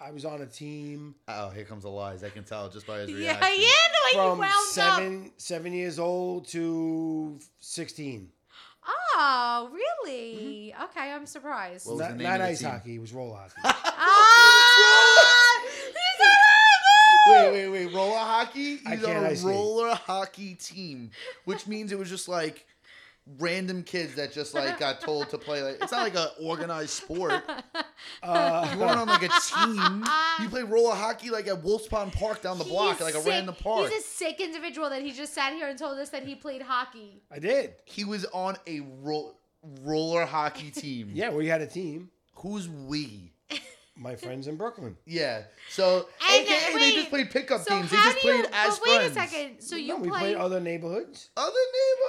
Speaker 8: I was on a team
Speaker 12: Oh, here comes the lies. I can tell just by his
Speaker 10: Yeah,
Speaker 12: reaction.
Speaker 10: yeah, the way you
Speaker 8: from
Speaker 10: wound up.
Speaker 8: seven seven years old to sixteen.
Speaker 10: Oh, really?
Speaker 12: Mm-hmm.
Speaker 10: Okay, I'm surprised.
Speaker 12: Well, What was the
Speaker 8: Not,
Speaker 12: name of
Speaker 8: not
Speaker 12: the
Speaker 8: ice
Speaker 12: team?
Speaker 8: hockey. It was roll hockey.
Speaker 10: Ah! He's a hockey!
Speaker 12: wait, wait, wait. Roller hockey? He's
Speaker 8: I can't
Speaker 12: on a
Speaker 8: ice skate.
Speaker 12: roller hockey team, which means it was just like random kids that just like got told to play. Like it's not like an organized sport.
Speaker 8: Uh,
Speaker 12: You weren't on like a team. You play roller hockey like at Wolf's Pond Park down the block,
Speaker 10: He's
Speaker 12: like a
Speaker 10: sick.
Speaker 12: random park.
Speaker 10: He's a sick individual that he just sat here and told us that he played hockey.
Speaker 8: I did.
Speaker 12: He was on a ro- roller hockey team.
Speaker 8: Yeah, we had a team.
Speaker 12: Who's we?
Speaker 8: my friends in Brooklyn.
Speaker 12: Yeah. So
Speaker 10: And, uh,
Speaker 12: AKA they just
Speaker 10: wait,
Speaker 12: played pickup
Speaker 10: so
Speaker 12: games. They
Speaker 10: how
Speaker 12: just
Speaker 10: do you-
Speaker 12: played as
Speaker 10: but wait
Speaker 12: friends.
Speaker 10: a second. So you
Speaker 8: no, we
Speaker 10: play?
Speaker 8: played other neighborhoods.
Speaker 12: Other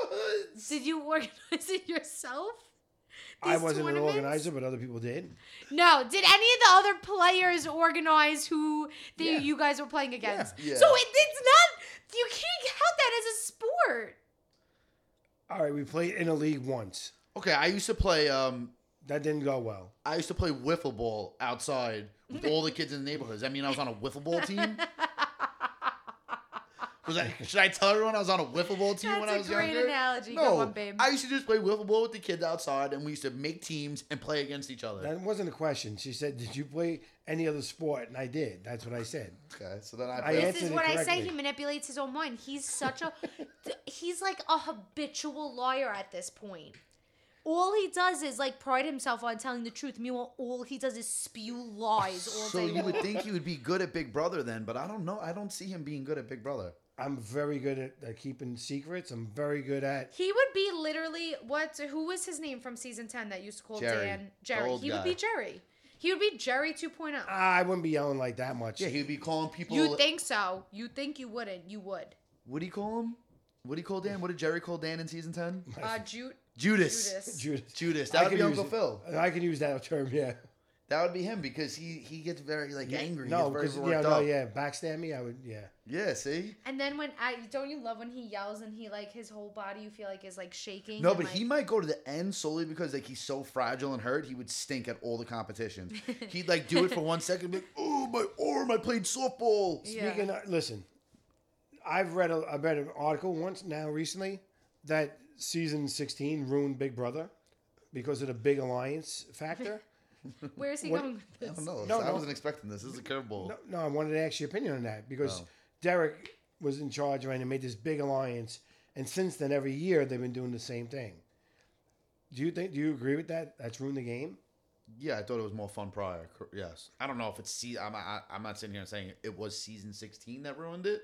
Speaker 12: neighborhoods.
Speaker 10: did you organize it yourself?
Speaker 8: I
Speaker 10: These
Speaker 8: wasn't an
Speaker 10: tournaments?
Speaker 8: organizer, but other people did.
Speaker 10: No. Did any of the other players organize who the,
Speaker 8: Yeah.
Speaker 10: you guys were playing against?
Speaker 8: Yeah.
Speaker 10: So it, it's not. You can't count that as a sport.
Speaker 8: All right, we played in a league once.
Speaker 12: Okay, I used to play. Um,
Speaker 8: that didn't go well.
Speaker 12: I used to play wiffle ball outside with all the kids in the neighborhoods. I mean, I was on a wiffle ball team. Was I, should I tell everyone I was on a wiffle ball team when
Speaker 10: That's
Speaker 12: I
Speaker 10: a
Speaker 12: was
Speaker 10: great
Speaker 12: younger?
Speaker 10: analogy.
Speaker 12: No,
Speaker 10: Go on, babe.
Speaker 12: I used to just play wiffle ball with the kids outside, and we used to make teams and play against each other.
Speaker 8: That wasn't a question. She said, "Did you play any other sport?" And I did. That's what I said.
Speaker 12: Okay, so then I.
Speaker 8: answered
Speaker 10: This is
Speaker 8: it
Speaker 10: what I say.
Speaker 8: correctly.
Speaker 10: He manipulates his own mind. He's such a, th- he's like a habitual liar at this point. All he does is like pride himself on telling the truth. Meanwhile, all he does is spew lies all
Speaker 12: So
Speaker 10: day.
Speaker 12: you would
Speaker 10: long.
Speaker 12: think he would be good at Big Brother then, but I don't know. I don't see him being good at Big Brother.
Speaker 8: I'm very good at uh, keeping secrets. I'm very good at.
Speaker 10: he would be literally what? Who was his name from season ten that used to call
Speaker 8: Jerry,
Speaker 10: Dan
Speaker 8: the
Speaker 10: Jerry?
Speaker 8: old
Speaker 10: He would
Speaker 8: guy.
Speaker 10: be Jerry. He would be Jerry 2.0.
Speaker 8: I wouldn't be yelling like that much.
Speaker 12: Yeah, he'd be calling Ah, people.
Speaker 10: you think so? You think you wouldn't? You would.
Speaker 12: What do you call him? What do you call Dan? What did Jerry call Dan in season ten?
Speaker 10: Uh, Jude.
Speaker 12: Judas.
Speaker 10: Judas.
Speaker 8: Judas.
Speaker 12: Judas.
Speaker 8: I
Speaker 12: That would
Speaker 8: could
Speaker 12: be
Speaker 8: use
Speaker 12: Uncle
Speaker 8: it.
Speaker 12: Phil.
Speaker 8: I can use that term. Yeah.
Speaker 12: That would be him because he he gets very like angry. He gets
Speaker 8: No,
Speaker 12: very
Speaker 8: because yeah,
Speaker 12: worked
Speaker 8: no,
Speaker 12: up.
Speaker 8: yeah, backstab me. I would. Yeah.
Speaker 12: Yeah, see?
Speaker 10: And then when I don't you love when he yells and he like his whole body you feel like is like shaking.
Speaker 12: No,
Speaker 10: and,
Speaker 12: but
Speaker 10: like-
Speaker 12: he might go to the end solely because like he's so fragile and hurt, he would stink at all the competitions. He'd like do it for one second, be like, "Oh my arm! I played softball."
Speaker 8: Speaking, of, uh, listen, I've read a, I read an article once now recently that season 16 ruined Big Brother because of the big alliance factor.
Speaker 10: Where is he
Speaker 8: What-
Speaker 10: going with
Speaker 12: I
Speaker 10: this?
Speaker 12: don't know.
Speaker 8: No,
Speaker 12: I
Speaker 8: no.
Speaker 12: wasn't expecting this. This is a curveball.
Speaker 8: No, no, I wanted to ask your opinion on that because
Speaker 12: Oh.
Speaker 8: Derek was in charge right, and made this big alliance, and since then, every year they've been doing the same thing. Do you think? Do you agree with that? That's ruined the game.
Speaker 12: Yeah, I thought it was more fun prior. cor- Yes, I don't know if it's see. I'm I, I'm not sitting here saying it was season 16 that ruined it,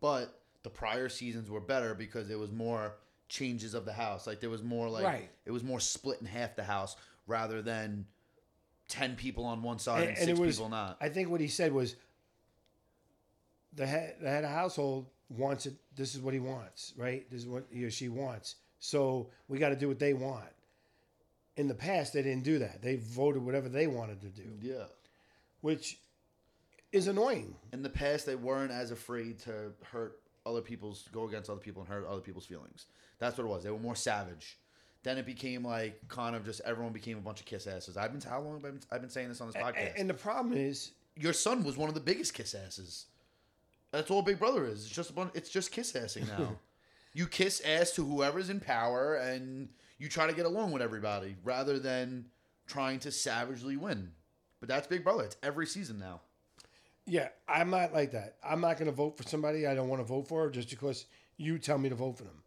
Speaker 12: but the prior seasons were better because there was more changes of the house. Like there was more like
Speaker 8: Right.
Speaker 12: it was more split in half the house rather than ten people on one side and, six people not.
Speaker 8: I think what he said was the head, the head of household wants it. This is what he wants, right? This is what he or she wants. So we got to do what they want. In the past, they didn't do that. They voted whatever they wanted to do,
Speaker 12: yeah.
Speaker 8: which is annoying.
Speaker 12: In the past, they weren't as afraid to hurt other people's, go against other people and hurt other people's feelings. That's what it was. They were more savage. Then it became like kind of just everyone became a bunch of kiss asses. I've been how long have I been, I've been saying this on this
Speaker 8: A-
Speaker 12: podcast.
Speaker 8: a- and the problem is,
Speaker 12: your son was one of the biggest kiss asses. That's all Big Brother is. It's just a bunch. It's just kiss assing now. you kiss ass to whoever's in power, and you try to get along with everybody rather than trying to savagely win. But that's Big Brother. It's every season now.
Speaker 8: Yeah, I'm not like that. I'm not going to vote for somebody I don't want to vote for just because you tell me to vote for them.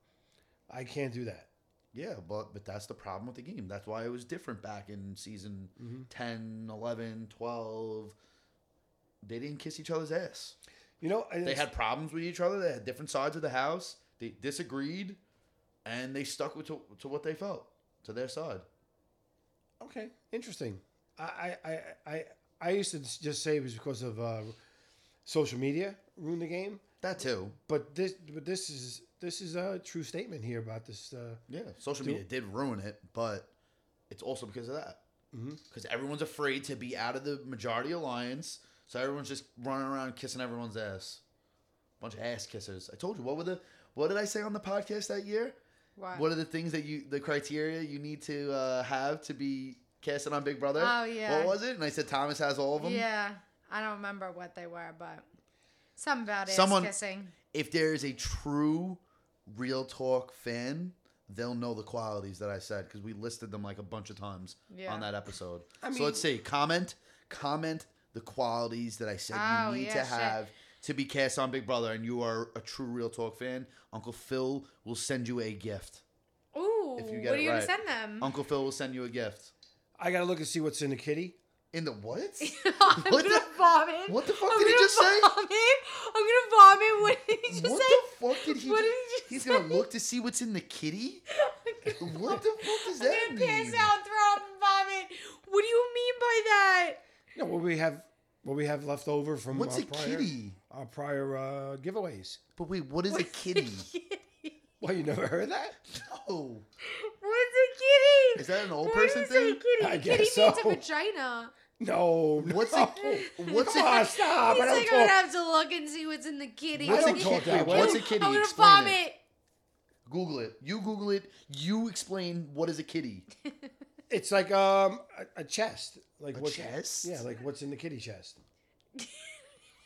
Speaker 8: I can't do that.
Speaker 12: Yeah, but but that's the problem with the game. That's why it was different back in season 10, 11, 12. They didn't kiss each other's ass.
Speaker 8: You know, and
Speaker 12: They
Speaker 8: it's-
Speaker 12: had problems with each other. They had different sides of the house. They disagreed, and they stuck with to, to what they felt to their side.
Speaker 8: okay, interesting. I I I I, I used to just say it was because of uh, social media ruined the game,
Speaker 12: That too.
Speaker 8: but this but this is this is a true statement here about this. Uh,
Speaker 12: Yeah, social
Speaker 8: Do-
Speaker 12: media did ruin it, but it's also because of that.
Speaker 8: Mhm.
Speaker 12: Because everyone's afraid to be out of the majority alliance, so everyone's just running around kissing everyone's ass. Bunch of ass kissers. I told you what were the what did I say on the podcast that year?
Speaker 10: What?
Speaker 12: What are the things that you the criteria you need to uh, have to be casting on Big Brother?
Speaker 10: Oh, yeah.
Speaker 12: What was it? And I said Thomas has all of them.
Speaker 10: Yeah, I don't remember what they were, but something about ass
Speaker 12: Someone-
Speaker 10: kissing.
Speaker 12: If there is a true real talk fan. They'll know the qualities that I said because we listed them like a bunch of times
Speaker 10: Yeah.
Speaker 12: on that episode.
Speaker 8: I
Speaker 12: so let's
Speaker 8: mean-
Speaker 12: see. Comment, comment the qualities that I said
Speaker 10: Oh,
Speaker 12: you need
Speaker 10: yeah,
Speaker 12: to
Speaker 10: shit.
Speaker 12: have to be cast on Big Brother, and you are a true Real Talk fan. Uncle Phil will send you a gift.
Speaker 10: Ooh,
Speaker 12: If you get
Speaker 10: what are
Speaker 12: it
Speaker 10: you
Speaker 12: right. Um,
Speaker 10: gonna send them?
Speaker 12: Uncle Phil will send you a gift.
Speaker 8: I gotta look and see what's in the kitty.
Speaker 12: In the what?
Speaker 10: I'm
Speaker 12: what
Speaker 10: gonna
Speaker 12: the-
Speaker 10: vomit.
Speaker 12: what the fuck
Speaker 10: I'm
Speaker 12: did he
Speaker 10: gonna
Speaker 12: just say?
Speaker 10: Vomit. I'm gonna vomit. What did he just
Speaker 12: What
Speaker 10: say?
Speaker 12: the fuck did he?
Speaker 10: What
Speaker 12: ju-
Speaker 10: did he just
Speaker 12: He's gonna look to see what's in the kitty. what the fuck does
Speaker 10: I'm
Speaker 12: that
Speaker 10: gonna
Speaker 12: mean?
Speaker 10: piss out, throw up, and vomit. What do you mean by that?
Speaker 8: No, what we have, what we have left over from
Speaker 12: What's
Speaker 8: our
Speaker 12: a
Speaker 8: prior,
Speaker 12: kitty?
Speaker 8: Our prior uh, giveaways.
Speaker 12: But wait, what is a kitty?
Speaker 8: Well, you never heard that?
Speaker 10: Oh.
Speaker 12: No.
Speaker 10: What's a kitty?
Speaker 12: Is that an old
Speaker 10: Why
Speaker 12: person
Speaker 10: do you say
Speaker 12: thing?
Speaker 10: Kitty,
Speaker 8: I
Speaker 10: kitty
Speaker 8: guess
Speaker 10: needs
Speaker 8: so.
Speaker 10: a vagina.
Speaker 8: No.
Speaker 12: What's
Speaker 8: no.
Speaker 12: a what's
Speaker 8: Come on,
Speaker 12: a
Speaker 8: stop!
Speaker 10: He's
Speaker 8: I don't
Speaker 10: like, I'm
Speaker 8: talk-
Speaker 10: gonna have to look and see what's in the kitty.
Speaker 8: I
Speaker 12: what's a
Speaker 8: don't talk
Speaker 12: kitty?
Speaker 8: that way.
Speaker 12: What's a kitty?
Speaker 10: I'm gonna
Speaker 12: Explain it.
Speaker 10: vomit.
Speaker 12: Google it. You Google it. You explain what is a kitty.
Speaker 8: It's like um a, a chest. Like
Speaker 12: A
Speaker 8: what's
Speaker 12: chest?
Speaker 8: Yeah, like what's in the kitty chest?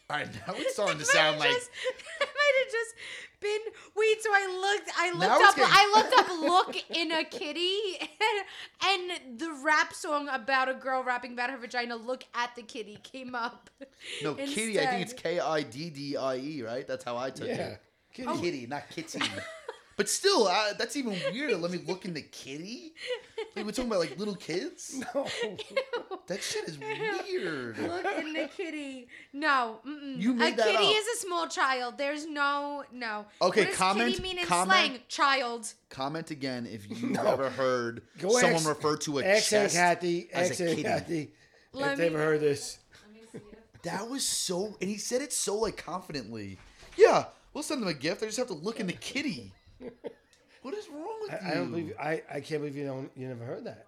Speaker 12: All right, now it's starting to
Speaker 10: That
Speaker 12: sound
Speaker 10: might
Speaker 12: like
Speaker 10: have just- that might have just been wait. So I looked, I
Speaker 12: Now
Speaker 10: looked
Speaker 12: it's
Speaker 10: up,
Speaker 12: getting-
Speaker 10: I looked up, look in a kitty, and, and the rap song about a girl rapping about her vagina, look at the kitty, came up.
Speaker 12: no kitty. I think it's
Speaker 10: instead.
Speaker 12: K I D D I E. Right? That's how I took
Speaker 8: Yeah.
Speaker 12: it. Kitty, Oh. kitty not kitty. but still, uh, that's even weirder. Let me look in the kitty. Like, we're talking about like little kids.
Speaker 8: No.
Speaker 12: That shit is weird.
Speaker 10: Look in the kitty. No, mm-mm.
Speaker 12: You made
Speaker 10: a
Speaker 12: that
Speaker 10: kitty
Speaker 12: up.
Speaker 10: is a small child. There's no no.
Speaker 12: Okay,
Speaker 10: what does
Speaker 12: comment-
Speaker 10: Kitty mean in
Speaker 12: comment-
Speaker 10: slang, child.
Speaker 12: Comment again if you
Speaker 8: No.
Speaker 12: ever heard
Speaker 8: Go
Speaker 12: someone
Speaker 8: ask-
Speaker 12: refer to a
Speaker 8: Ex and
Speaker 12: chest
Speaker 8: Kathy,
Speaker 12: as
Speaker 8: ex
Speaker 12: a
Speaker 8: and
Speaker 12: kitty.
Speaker 8: Kathy.
Speaker 10: Let
Speaker 8: If
Speaker 10: me-
Speaker 8: they ever heard this.
Speaker 12: That was so, and he said it so like confidently. Yeah, we'll send them a gift. I just have to look in the kitty. What is wrong with you?
Speaker 8: I, I don't believe I, I can't believe you don't you never heard that.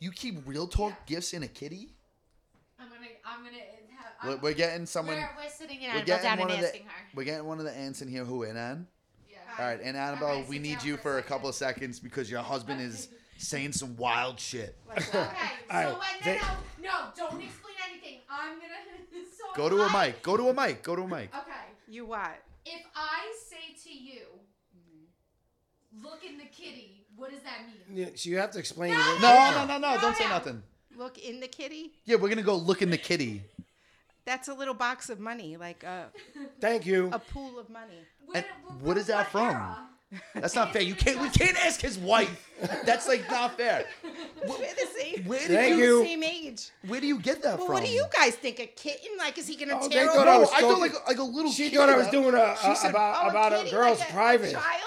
Speaker 12: you keep real talk gifts in a kitty.
Speaker 10: I'm gonna I'm gonna have.
Speaker 12: We're, we're getting someone.
Speaker 10: we're, we're sitting in
Speaker 12: we're
Speaker 10: Annabelle down and
Speaker 12: one of the,
Speaker 10: asking her.
Speaker 12: We're getting one of the ants in here. Who and Ann? All right, and Annabelle,
Speaker 10: Alright,
Speaker 12: we
Speaker 10: sit
Speaker 12: need
Speaker 10: down
Speaker 12: you
Speaker 10: for a
Speaker 12: for a
Speaker 10: second.
Speaker 12: couple of seconds because your husband is saying some wild shit.
Speaker 10: Okay,
Speaker 8: All
Speaker 10: so
Speaker 8: right,
Speaker 10: uh, no,
Speaker 8: they-
Speaker 10: no, no, don't explain anything. I'm gonna. So
Speaker 12: Go to a
Speaker 10: I-
Speaker 12: mic. Go to a mic. Go to a mic.
Speaker 10: Okay,
Speaker 4: You what?
Speaker 10: if I say to you, look in the kitty, what does that mean?
Speaker 8: Yeah, So you have to explain.
Speaker 10: No!
Speaker 8: what-
Speaker 12: No, no, no, no. Don't say
Speaker 10: no.
Speaker 12: nothing.
Speaker 4: Oh, Look in the kitty?
Speaker 12: Yeah, we're gonna go look in the kitty.
Speaker 4: That's a little box of money, like a,
Speaker 8: Thank you.
Speaker 4: a pool of money.
Speaker 12: And what is that from? That's not fair. You can't. We can't ask his wife. That's like not fair.
Speaker 4: We're the same,
Speaker 12: Where
Speaker 8: Thank
Speaker 12: do
Speaker 4: we're
Speaker 12: you?
Speaker 4: the
Speaker 8: you.
Speaker 4: same age.
Speaker 12: Where do you get that
Speaker 4: Well,
Speaker 12: from?
Speaker 4: what do you guys think? A kitten? Like, is he going to
Speaker 8: Oh,
Speaker 4: tear
Speaker 8: they
Speaker 4: open
Speaker 8: thought I was
Speaker 12: I thought
Speaker 8: talking-
Speaker 12: like like a little.
Speaker 8: She
Speaker 12: kid. uh,
Speaker 8: thought I was doing a,
Speaker 12: She
Speaker 8: a-
Speaker 12: said-
Speaker 8: about
Speaker 4: a
Speaker 8: about a
Speaker 4: "Oh, kitty,
Speaker 8: girl's
Speaker 4: like a- a
Speaker 8: private.
Speaker 4: child?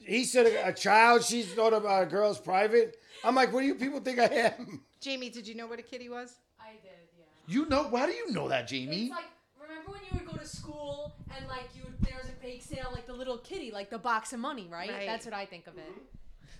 Speaker 8: he said a, a child. She thought about a girl's private. I'm like, what do you people think I am?
Speaker 4: Jamie, did you know what a kitty was?
Speaker 10: I did, yeah.
Speaker 12: You know? Why do you know that,
Speaker 10: It's
Speaker 12: Jamie?
Speaker 10: like remember when you would go to school and like you would, there was a bake sale, like the little kitty, like the box of money, right?
Speaker 4: Right.
Speaker 10: That's what I think of it.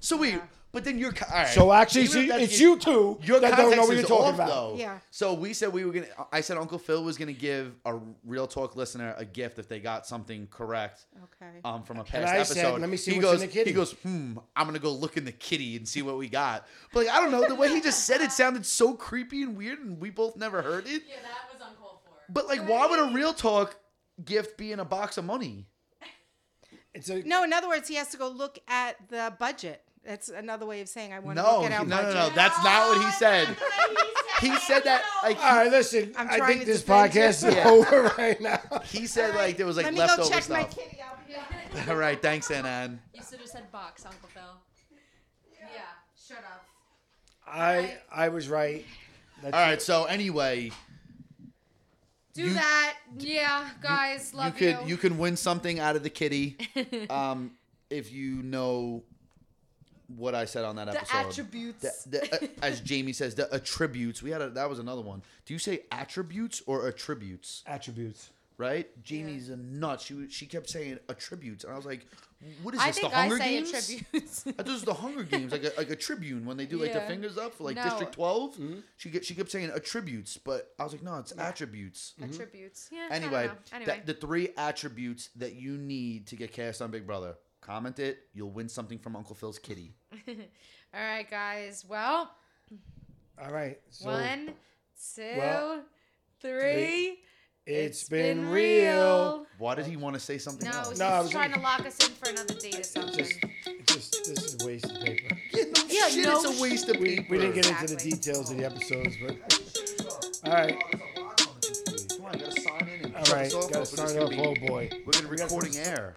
Speaker 12: so wait, but then you're. co- All right.
Speaker 8: So actually,
Speaker 12: Even if
Speaker 8: she,
Speaker 12: that's
Speaker 8: it's you two
Speaker 12: Your
Speaker 8: that don't know
Speaker 12: context
Speaker 8: what
Speaker 12: is
Speaker 8: you're talking
Speaker 12: off,
Speaker 8: about.
Speaker 12: Though.
Speaker 4: Yeah.
Speaker 12: So we said we were gonna. I said Uncle Phil was gonna give a real talk listener a gift if they got something correct.
Speaker 4: Okay.
Speaker 12: Um, from a past
Speaker 8: I
Speaker 12: episode.
Speaker 8: said, "Let me see
Speaker 12: he
Speaker 8: what's
Speaker 12: goes,
Speaker 8: in the kitty."
Speaker 12: He goes, hmm. I'm gonna go look in the kitty and see what we got. But like, I don't know. The way he just said it sounded so creepy and weird, and we both never heard it.
Speaker 10: Yeah, that was uncalled for.
Speaker 12: But like, why would a real talk gift be in a box of money?
Speaker 8: It's a,
Speaker 4: No, in other words, he has to go look at the budget. That's another way of saying I want to
Speaker 12: No,
Speaker 4: look at
Speaker 12: no,
Speaker 4: our
Speaker 12: no,
Speaker 4: budget.
Speaker 12: no. That's not what he said. He said that like
Speaker 8: All right, listen.
Speaker 4: I'm
Speaker 8: I
Speaker 4: trying
Speaker 8: think
Speaker 4: to
Speaker 8: this
Speaker 4: defend you.
Speaker 8: podcast is
Speaker 12: Yeah.
Speaker 8: over right now.
Speaker 12: he said like there was like
Speaker 4: Let me
Speaker 12: leftover
Speaker 4: go check my
Speaker 12: stuff.
Speaker 4: kitty out.
Speaker 12: All right, thanks, Anand.
Speaker 10: You should have said box, Uncle Phil. Yeah, shut up.
Speaker 8: I I was right. That's
Speaker 12: All right, so anyway,
Speaker 10: Do
Speaker 12: You-
Speaker 10: that. Yeah, guys,
Speaker 12: you
Speaker 10: love you.
Speaker 12: could you. can win something out of the kitty, um, if you know what I said on that
Speaker 10: the
Speaker 12: episode.
Speaker 10: attributes.
Speaker 12: The- the- uh, as Jamie says, the attributes. We had a, that was another one. Do you say attributes or attributes?
Speaker 8: attributes.
Speaker 12: Right? Jamie's a nut. She was- she kept saying attributes, and I was like, "What is
Speaker 10: I
Speaker 12: this? The
Speaker 10: think I
Speaker 12: Hunger
Speaker 10: say
Speaker 12: Games?
Speaker 10: attributes.
Speaker 12: I thought this was the Hunger Games, like a, like a tribune when they do like their
Speaker 10: Yeah.
Speaker 12: fingers up for like
Speaker 10: No.
Speaker 12: District 12 She get, she kept saying attributes, but I was like, no, it's attributes.
Speaker 10: attributes. Yeah. I don't
Speaker 12: Mm-hmm. Anyway,
Speaker 10: know.
Speaker 12: that-
Speaker 10: Anyway.
Speaker 12: the three attributes that you need to get cast on Big Brother. Comment it. You'll win something from Uncle Phil's kitty.
Speaker 10: All right, guys. Well,
Speaker 8: All right. So
Speaker 10: one, two, three.
Speaker 8: well, it's been, real.
Speaker 12: Why did he want to say something
Speaker 10: No,
Speaker 12: else?
Speaker 10: he's
Speaker 8: No, I was
Speaker 10: trying
Speaker 8: gonna-
Speaker 10: to lock us in for another date or something.
Speaker 8: Just, just this is a waste of paper.
Speaker 12: Yeah, no
Speaker 10: Yeah,
Speaker 12: shit,
Speaker 10: no
Speaker 12: it's a waste of
Speaker 8: We,
Speaker 12: paper.
Speaker 8: we didn't get into the
Speaker 10: Exactly.
Speaker 8: details of the episodes, but all right,
Speaker 12: Come on, I gotta sign in and
Speaker 8: all
Speaker 12: shut
Speaker 8: right,
Speaker 12: this off,
Speaker 8: gotta
Speaker 12: or it's
Speaker 8: sign
Speaker 12: gonna
Speaker 8: off.
Speaker 12: be-
Speaker 8: Oh boy,
Speaker 12: We're gonna recording air.